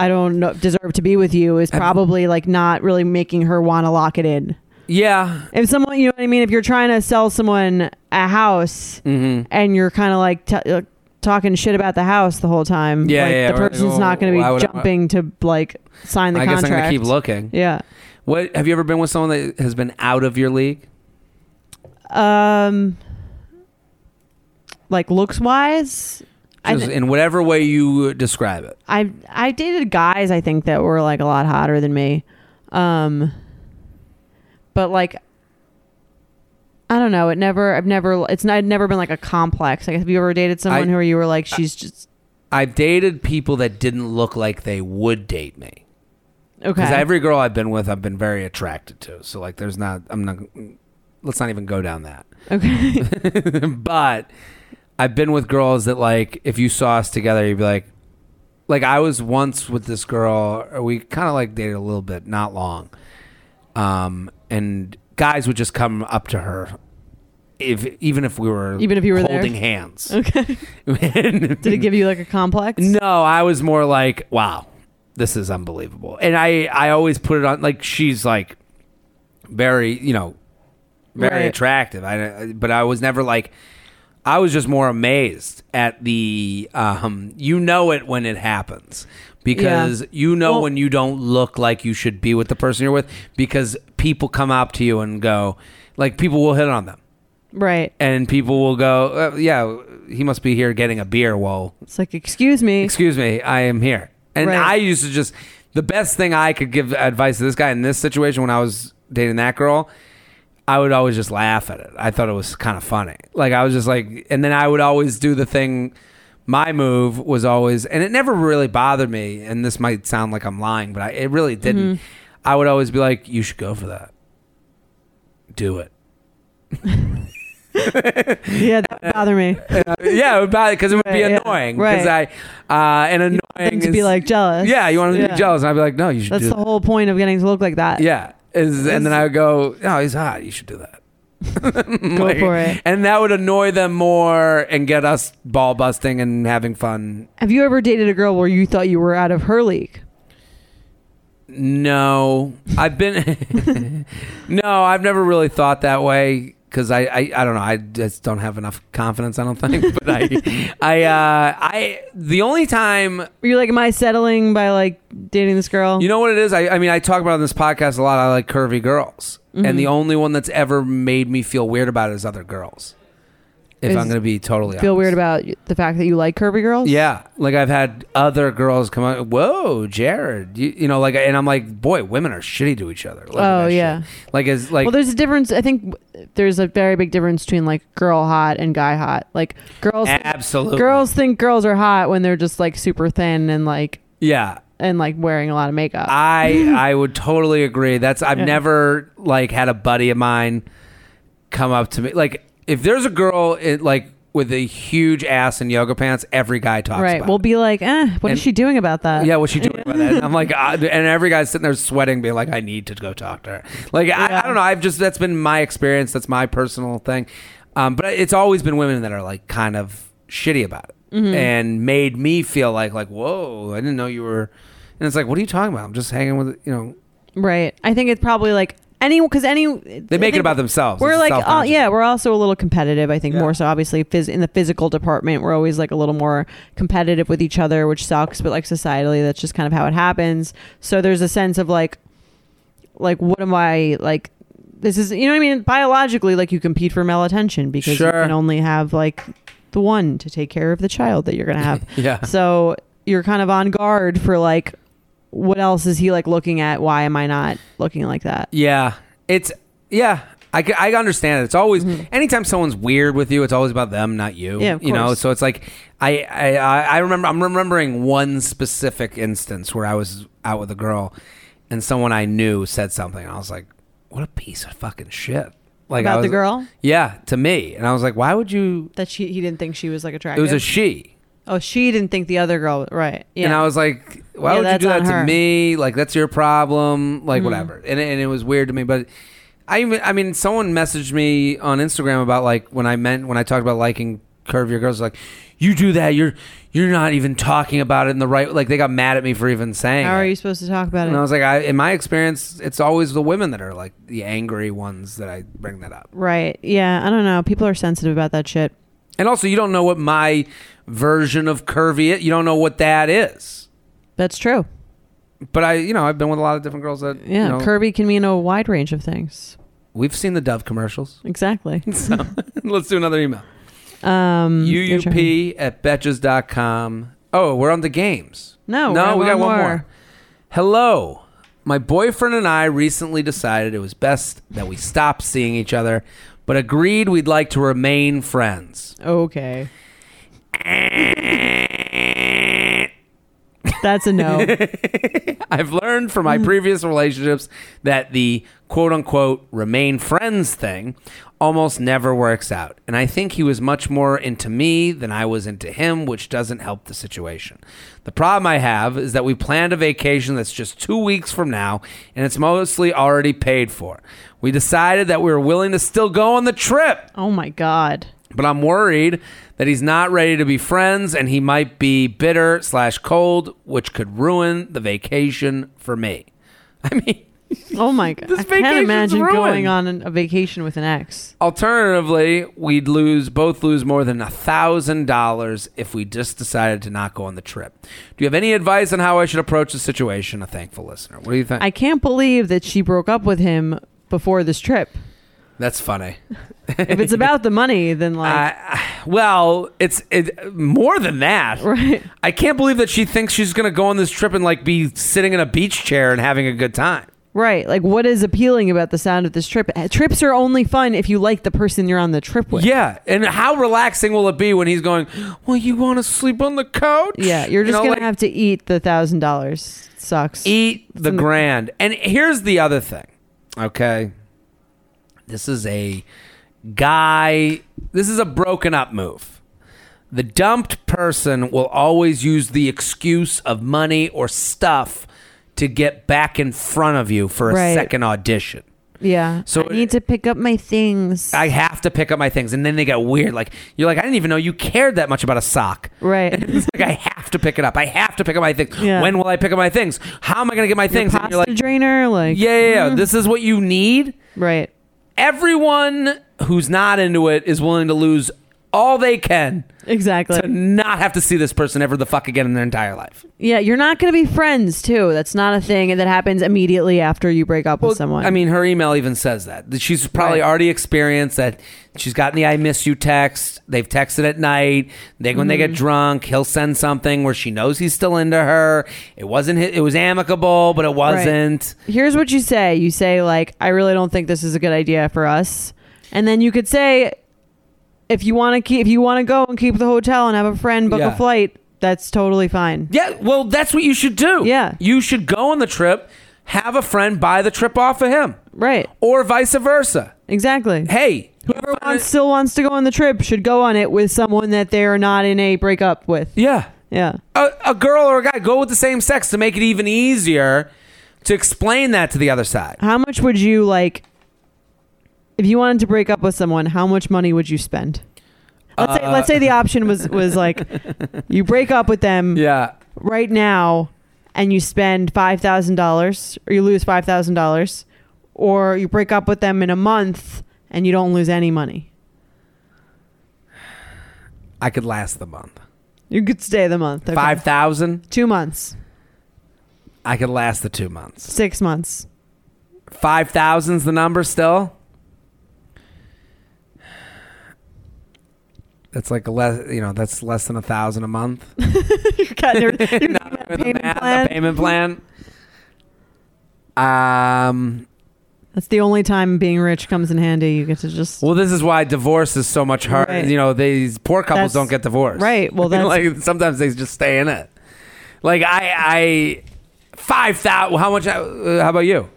S1: I don't know, deserve to be with you is probably like not really making her want to lock it in.
S2: Yeah.
S1: If someone, you know what I mean, if you're trying to sell someone a house
S2: Mm-hmm.
S1: and you're kind of like t- uh, talking shit about the house the whole time,
S2: Yeah,
S1: like,
S2: yeah,
S1: the
S2: right.
S1: person's
S2: Well,
S1: not going
S2: why
S1: to be
S2: would I-
S1: jumping to like sign the
S2: I guess
S1: contract.
S2: I'm going to keep looking.
S1: Yeah.
S2: What have you ever been with someone that has been out of your league?
S1: Um, like looks wise,
S2: Just in whatever way you describe it.
S1: I I dated guys I think that were like a lot hotter than me. Um but like I don't know, it never I've never it's not I've never been like a complex. Like have you ever dated someone
S2: I-
S1: who you were like she's just
S2: I've dated people that didn't look like they would date me.
S1: okay.
S2: Because every girl I've been with, I've been very attracted to. So like, there's not. I'm not. Let's not even go down that.
S1: okay.
S2: but I've been with girls that like, if you saw us together, you'd be like, like I was once with this girl. Or we kind of like dated a little bit, not long. Um, and guys would just come up to her, if even if we were
S1: Even if you were there?
S2: holding hands.
S1: okay. Did
S2: Did
S1: it give you like a complex?
S2: No, I was more like, wow, this is unbelievable. And I, I always put it on like she's like very, you know, very
S1: Right.
S2: attractive. I, but I was never like, I was just more amazed at the, um, you know it when it happens because you know
S1: Well-
S2: when you don't look like you should be with the person you're with because people come up to you and go, like people will hit on them.
S1: Right.
S2: And people will go, uh, yeah, he must be here getting a beer. Well,
S1: It's like excuse me.
S2: excuse me, I am here. And
S1: Right.
S2: I used to just the best thing I could give advice to this guy in this situation when I was dating that girl, I would always just laugh at it. I thought it was kind of funny. Like I was just like and then I would always do the thing my move was always and it never really bothered me and this might sound like I'm lying, but I, it really didn't.
S1: Mm-hmm.
S2: I would always be like you should go for that. Do it.
S1: yeah, that would bother me.
S2: yeah, it would bother because it would be
S1: Right, yeah.
S2: annoying. Because
S1: Right.
S2: I uh, and annoying
S1: Thing to
S2: is-
S1: be like jealous.
S2: yeah, you want to
S1: Yeah.
S2: be jealous, and I'd be like, no, you should.
S1: That's
S2: do
S1: the whole point of getting to look like that.
S2: Yeah. Is, and then I would go, oh, he's hot. You should do that.
S1: Go for it.
S2: And that would annoy them more and get us ball busting and having fun.
S1: Have you ever dated a girl where you thought you were out of her league?
S2: No, I've been. no, I've never really thought that way because I, I, I don't know. I just don't have enough confidence. I don't think. But I, I, uh, I. The only time
S1: Were you like, am I settling by like dating this girl?
S2: You know what it is? I, I mean, I talk about it on this podcast a lot. I like curvy girls, and the
S1: Mm-hmm.
S2: only one that's ever made me feel weird about it is other girls. If
S1: Is-
S2: I'm going to be totally
S1: feel
S2: honest.
S1: weird about the fact that you like curvy girls?
S2: Yeah, like I've had other girls come out. Whoa, Jared, you, you know, like, and I'm like, boy, women are shitty to each other. Look at
S1: Oh,
S2: that shit.
S1: yeah.
S2: like as like
S1: well, there's a difference. I think w- there's a very big difference between like girl hot and guy hot. Like girls,
S2: absolutely
S1: girls think girls are hot when they're just like super thin and like
S2: Yeah,
S1: and like wearing a lot of makeup.
S2: Ah, I I would totally agree. That's I've
S1: Yeah.
S2: never like had a buddy of mine come up to me like if there's a girl it, like with a huge ass and yoga pants, every guy talks
S1: right.
S2: about.
S1: We'll
S2: it.
S1: be like, eh, what
S2: And-
S1: is she doing about that?
S2: yeah, what's she doing about that? And I'm like, I, and every guy's sitting there sweating, being like, I need to go talk to her. Like, I, I don't know. I've just that's been my experience. That's my personal thing. Um, but it's always been women that are like kind of shitty about it
S1: Mm-hmm.
S2: and made me feel like like whoa, I didn't know you were. And it's like, what are you talking about? I'm just hanging with you know.
S1: Right. I think it's probably like any because any they
S2: make it about themselves.
S1: We're
S2: It's
S1: like, oh
S2: self-conscious.
S1: yeah, we're also a little competitive. I think
S2: Yeah.
S1: more so. Obviously, phys- in the physical department, we're always like a little more competitive with each other, which sucks. But like societally, that's just kind of how it happens. So there's a sense of like, like what am I like? This is you know what I mean. Biologically, like you compete for male attention because
S2: Sure.
S1: you can only have like the one to take care of the child that you're gonna have.
S2: Yeah.
S1: so you're kind of on guard for like what else is he like looking at why am i not looking like that
S2: Yeah. It's, yeah. I, ca- I understand it. It's always anytime someone's weird with you, it's always about them, not you.
S1: Mm-hmm. Yeah, of
S2: you know.
S1: course.
S2: So it's like I, I I I remember I'm remembering one specific instance where I was out with a girl, and someone I knew said something. And I was like, "What a piece of fucking shit!" Like I
S1: about the
S2: was-
S1: girl
S2: Yeah, to me, and I was like, "Why would you?"
S1: that she he didn't think she was like
S2: It
S1: attractive
S2: was a she,
S1: oh she didn't think the other girl right yeah
S2: And I was like, why
S1: Yeah,
S2: would you
S1: that's
S2: do that
S1: on
S2: to
S1: her. Mm-hmm.
S2: me? Like, that's your problem. Like, whatever. And, it- and it was weird to me. But I even, I mean, someone messaged me on Instagram about like when I meant, when I talked about liking curvier girls, like, you do that. You're, you're not even talking about it in the right Like, they got mad at me for even saying
S1: how
S2: it.
S1: are you supposed to talk about
S2: and I
S1: it
S2: was like, I, in my experience, it's always the women that are like the angry ones that I bring that up.
S1: right yeah i don't know people are sensitive about that shit
S2: And also, you don't know what my version of curvy, you don't know what that is.
S1: that's true
S2: But I, you know, I've been with a lot of different girls that,
S1: yeah
S2: you know,
S1: kirby can mean a wide range of things
S2: We've seen the Dove commercials.
S1: exactly
S2: So let's do another email.
S1: Um, your turn.
S2: UUP at betches.com. Oh, we're on the games.
S1: No,
S2: no,
S1: we're
S2: we got
S1: on one
S2: one
S1: more.
S2: more. Hello. My boyfriend and I recently decided it was best that we stop seeing each other, but agreed we'd like to remain friends.
S1: Okay. That's a no.
S2: I've learned from my previous relationships that the quote unquote remain friends thing almost never works out. And I think he was much more into me than I was into him, which doesn't help the situation. The problem I have is that we planned a vacation that's just two weeks from now, and it's mostly already paid for. We decided that we were willing to still go on the trip
S1: oh my god.
S2: but I'm worried that he's not ready to be friends and he might be bitter slash cold, which could ruin the vacation for me. I mean,
S1: Oh my god.
S2: This
S1: I can't
S2: vacation's
S1: imagine going
S2: ruined.
S1: on an- a vacation with an ex.
S2: alternatively, we'd lose both lose more than a thousand dollars if we just decided to not go on the trip. Do you have any advice on how I should approach the situation? A thankful listener. What do you think?
S1: I can't believe that she broke up with him before this trip.
S2: That's funny.
S1: If it's about the money, then like
S2: I, I- well, it's it, more than that.
S1: Right.
S2: I can't believe that she thinks she's going to go on this trip and like be sitting in a beach chair and having a good time.
S1: right, like what is appealing about the sound of this trip? Uh, Trips are only fun if you like the person you're on the trip with.
S2: Yeah, and how relaxing will it be when he's going? Well, you want to sleep on the couch?
S1: Yeah, you're
S2: You
S1: just
S2: know, E
S1: gonna
S2: like,
S1: have to eat the thousand dollars. Sucks.
S2: eat the grand. And here's the other thing. Okay, this is a guy. This is a broken up move. The dumped person will always use the excuse of money or stuff to get back in front of you for a
S1: Right.
S2: second audition.
S1: Yeah.
S2: So-
S1: I need to pick up my things.
S2: I have to pick up my things, and then they get weird. Like you're like, I didn't even know you cared that much about a sock.
S1: right.
S2: It's like I have to pick it up. I have to pick up my things.
S1: Yeah.
S2: When will I pick up my things? How am I going to get my things?
S1: Pasta
S2: And you're like,
S1: drainer, like
S2: yeah, yeah,
S1: Mm.
S2: yeah. This is what you need.
S1: Right.
S2: Everyone who's not into it is willing to lose all they can
S1: Exactly.
S2: to not have to see this person ever the fuck again in their entire life.
S1: yeah, you're not going to be friends too. That's not a thing that happens immediately after you break up with someone.
S2: I mean, her email even says that. That She's probably
S1: Right.
S2: already experienced that. She's gotten the "I miss you" text. They've texted at night. They when they
S1: Mm.
S2: get drunk, he'll send something where she knows he's still into her. It wasn't. hi- It was amicable, but it wasn't.
S1: here's what you say. You say like, "I really don't think this is a good idea for us," and then you could say, "If you want to keep, if you want to go and keep the hotel and have a friend book
S2: Yeah.
S1: a flight, that's totally fine."
S2: Yeah, well, that's what you should do.
S1: Yeah.
S2: You should go on the trip, have a friend buy the trip off of him,
S1: Right.
S2: or vice versa.
S1: Exactly.
S2: Hey,
S1: Whoever wants, still wants to go on the trip should go on it with someone that they are not in a breakup with.
S2: yeah,
S1: Yeah.
S2: a, a girl or a guy, go with the same sex to make it even easier to explain that to the other side.
S1: How much would you like if you wanted to break up with someone? How much money would you spend? Let's say let's
S2: Uh,
S1: say the option was was like you break up with them
S2: Yeah.
S1: right now and you spend five thousand dollars or you lose five thousand dollars, or you break up with them in a month and you don't lose any money.
S2: I could last the month.
S1: You could stay the month. okay.
S2: 5,000,
S1: two months,
S2: I could last the two months.
S1: six months.
S2: 5,000's the number still? That's like a less, you know, that's less than a thousand a month.
S1: You're cutting your- you're
S2: Not
S1: cutting
S2: even the,
S1: that payment
S2: math,
S1: plan.
S2: the payment plan. Um.
S1: That's the only time being rich comes in handy. You get to just
S2: Well, this is why divorce is so much harder.
S1: Right.
S2: You know, these poor couples
S1: That's-
S2: don't get divorced.
S1: right. Well, that's
S2: like sometimes they just stay in it. Like I, I five thousand. How much? I- Uh, how about you?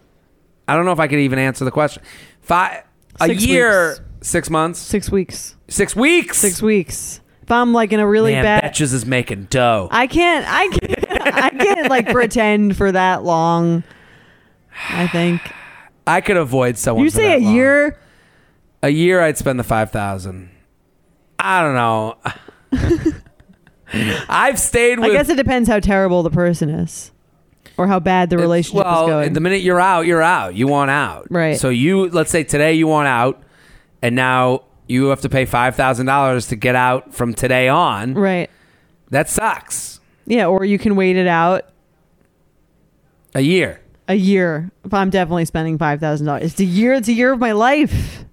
S2: I don't know if I could even answer the question. Five a
S1: Six
S2: year,
S1: weeks.
S2: six months,
S1: six weeks.
S2: six weeks.
S1: six weeks. If I'm like in a really
S2: Man,
S1: bad,
S2: Betches is making dough.
S1: I can't, I can't, I can't like pretend for that long. I think
S2: I could avoid someone.
S1: you
S2: for
S1: say
S2: that
S1: a
S2: long.
S1: year.
S2: A year, I'd spend the five thousand. I don't know. I've stayed with.
S1: I guess it depends how terrible the person is, or how bad the relationship
S2: well,
S1: is going.
S2: the minute you're out, you're out. You want out,
S1: Right.
S2: So you, let's say today you want out, and now you have to pay five thousand dollars to get out from today on.
S1: right?
S2: That sucks.
S1: Yeah, or you can wait it out
S2: A year.
S1: a year. If I'm definitely spending five thousand dollars, it's a year. It's a year of my life.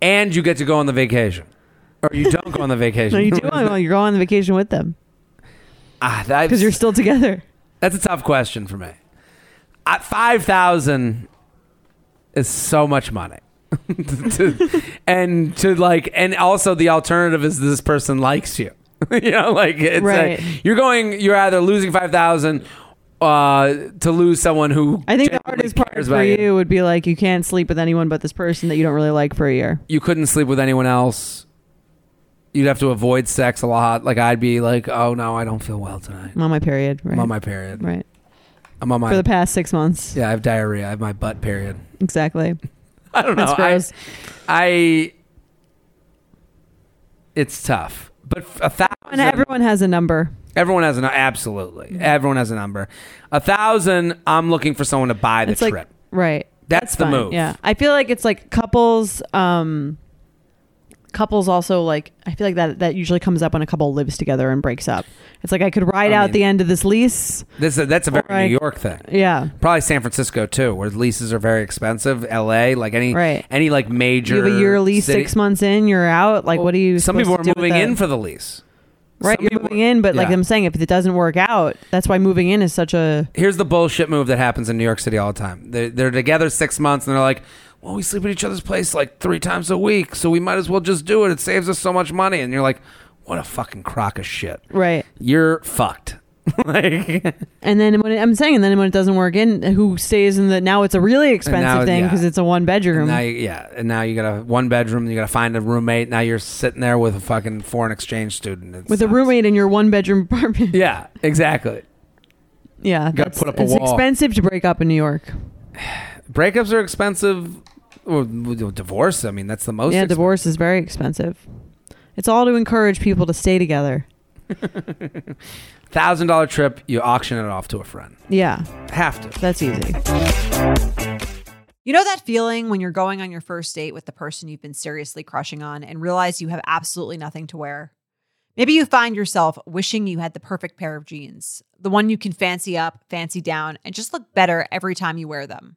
S2: and you get to go on the vacation. or you don't go on the vacation.
S1: No, you do. Well, you're going on vacation with them
S2: Ah, that's-
S1: because you're still together.
S2: That's a tough question for me. I, Five thousand is so much money, To- and to like, and also the alternative is this person likes you. you know, like it's
S1: Right.
S2: like, you're going. You're either losing five thousand uh, to lose someone who
S1: I think the
S2: genuinely
S1: hardest part
S2: cares
S1: for
S2: about
S1: you would be like you can't sleep with anyone but this person that you don't really like for a year.
S2: you couldn't sleep with anyone else. You'd have to avoid sex a lot. Like I'd be like, oh no, I don't feel well tonight.
S1: I'm on my period. Right.
S2: I'm on my period.
S1: right.
S2: I'm on my
S1: For the past six months.
S2: yeah. I have diarrhea. I have my butt period.
S1: Exactly.
S2: I don't know.
S1: That's
S2: Oh, I-
S1: gross.
S2: I. It's tough, but a thousand.
S1: and everyone has a number.
S2: everyone has an absolutely. Everyone has a number. A thousand. I'm looking for someone to buy the
S1: It's like
S2: trip.
S1: right.
S2: That's, the
S1: fine,
S2: move.
S1: Yeah. I feel like it's like couples um couples also like I feel like that that usually comes up when a couple lives together and breaks up. It's like I could ride
S2: I
S1: out
S2: mean-
S1: the end of this lease.
S2: This is, that's a very
S1: Or I-
S2: New York thing.
S1: Yeah.
S2: Probably San Francisco too, where leases are very expensive. L.A. like any
S1: Right.
S2: any like major.
S1: You have a year lease,
S2: city-
S1: six months in, you're out. Like, what are you?
S2: Some people are
S1: supposed to do with
S2: moving
S1: that?
S2: in for the lease.
S1: right.
S2: some
S1: You're
S2: people-
S1: moving in, but like
S2: Yeah.
S1: I'm saying, if it doesn't work out, that's why moving in is such a
S2: Here's the bullshit move that happens in New York City all the time. They're, they're together six months and they're like, well, we sleep at each other's place like three times a week, so we might as well just do it. It saves us so much money. And you're like, what a fucking crock of shit.
S1: right.
S2: You're fucked. like,
S1: And then when it, I'm saying, and then when it doesn't work in, who stays in the? Now it's a really expensive
S2: now-
S1: thing
S2: yeah.
S1: because it's a one bedroom.
S2: and now, you, yeah, and now you got a one bedroom, you got to find a roommate. Now you're sitting there with a fucking foreign exchange student. It
S1: with a
S2: sucks.
S1: roommate in your one bedroom apartment.
S2: Yeah, exactly.
S1: Yeah,
S2: gotta
S1: that's-
S2: put up a
S1: it's
S2: wall.
S1: expensive to break up in New York.
S2: Breakups are expensive. Well, divorce, I mean, that's the most
S1: yeah,
S2: expensive.
S1: divorce is very expensive. It's all to encourage people to stay together.
S2: thousand dollar trip, you auction it off to a friend.
S1: Yeah,
S2: Have to.
S1: that's easy.
S3: You know that feeling when you're going on your first date with the person you've been seriously crushing on and realize you have absolutely nothing to wear? Maybe you find yourself wishing you had the perfect pair of jeans, the one you can fancy up, fancy down, and just look better every time you wear them.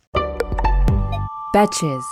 S4: Betches.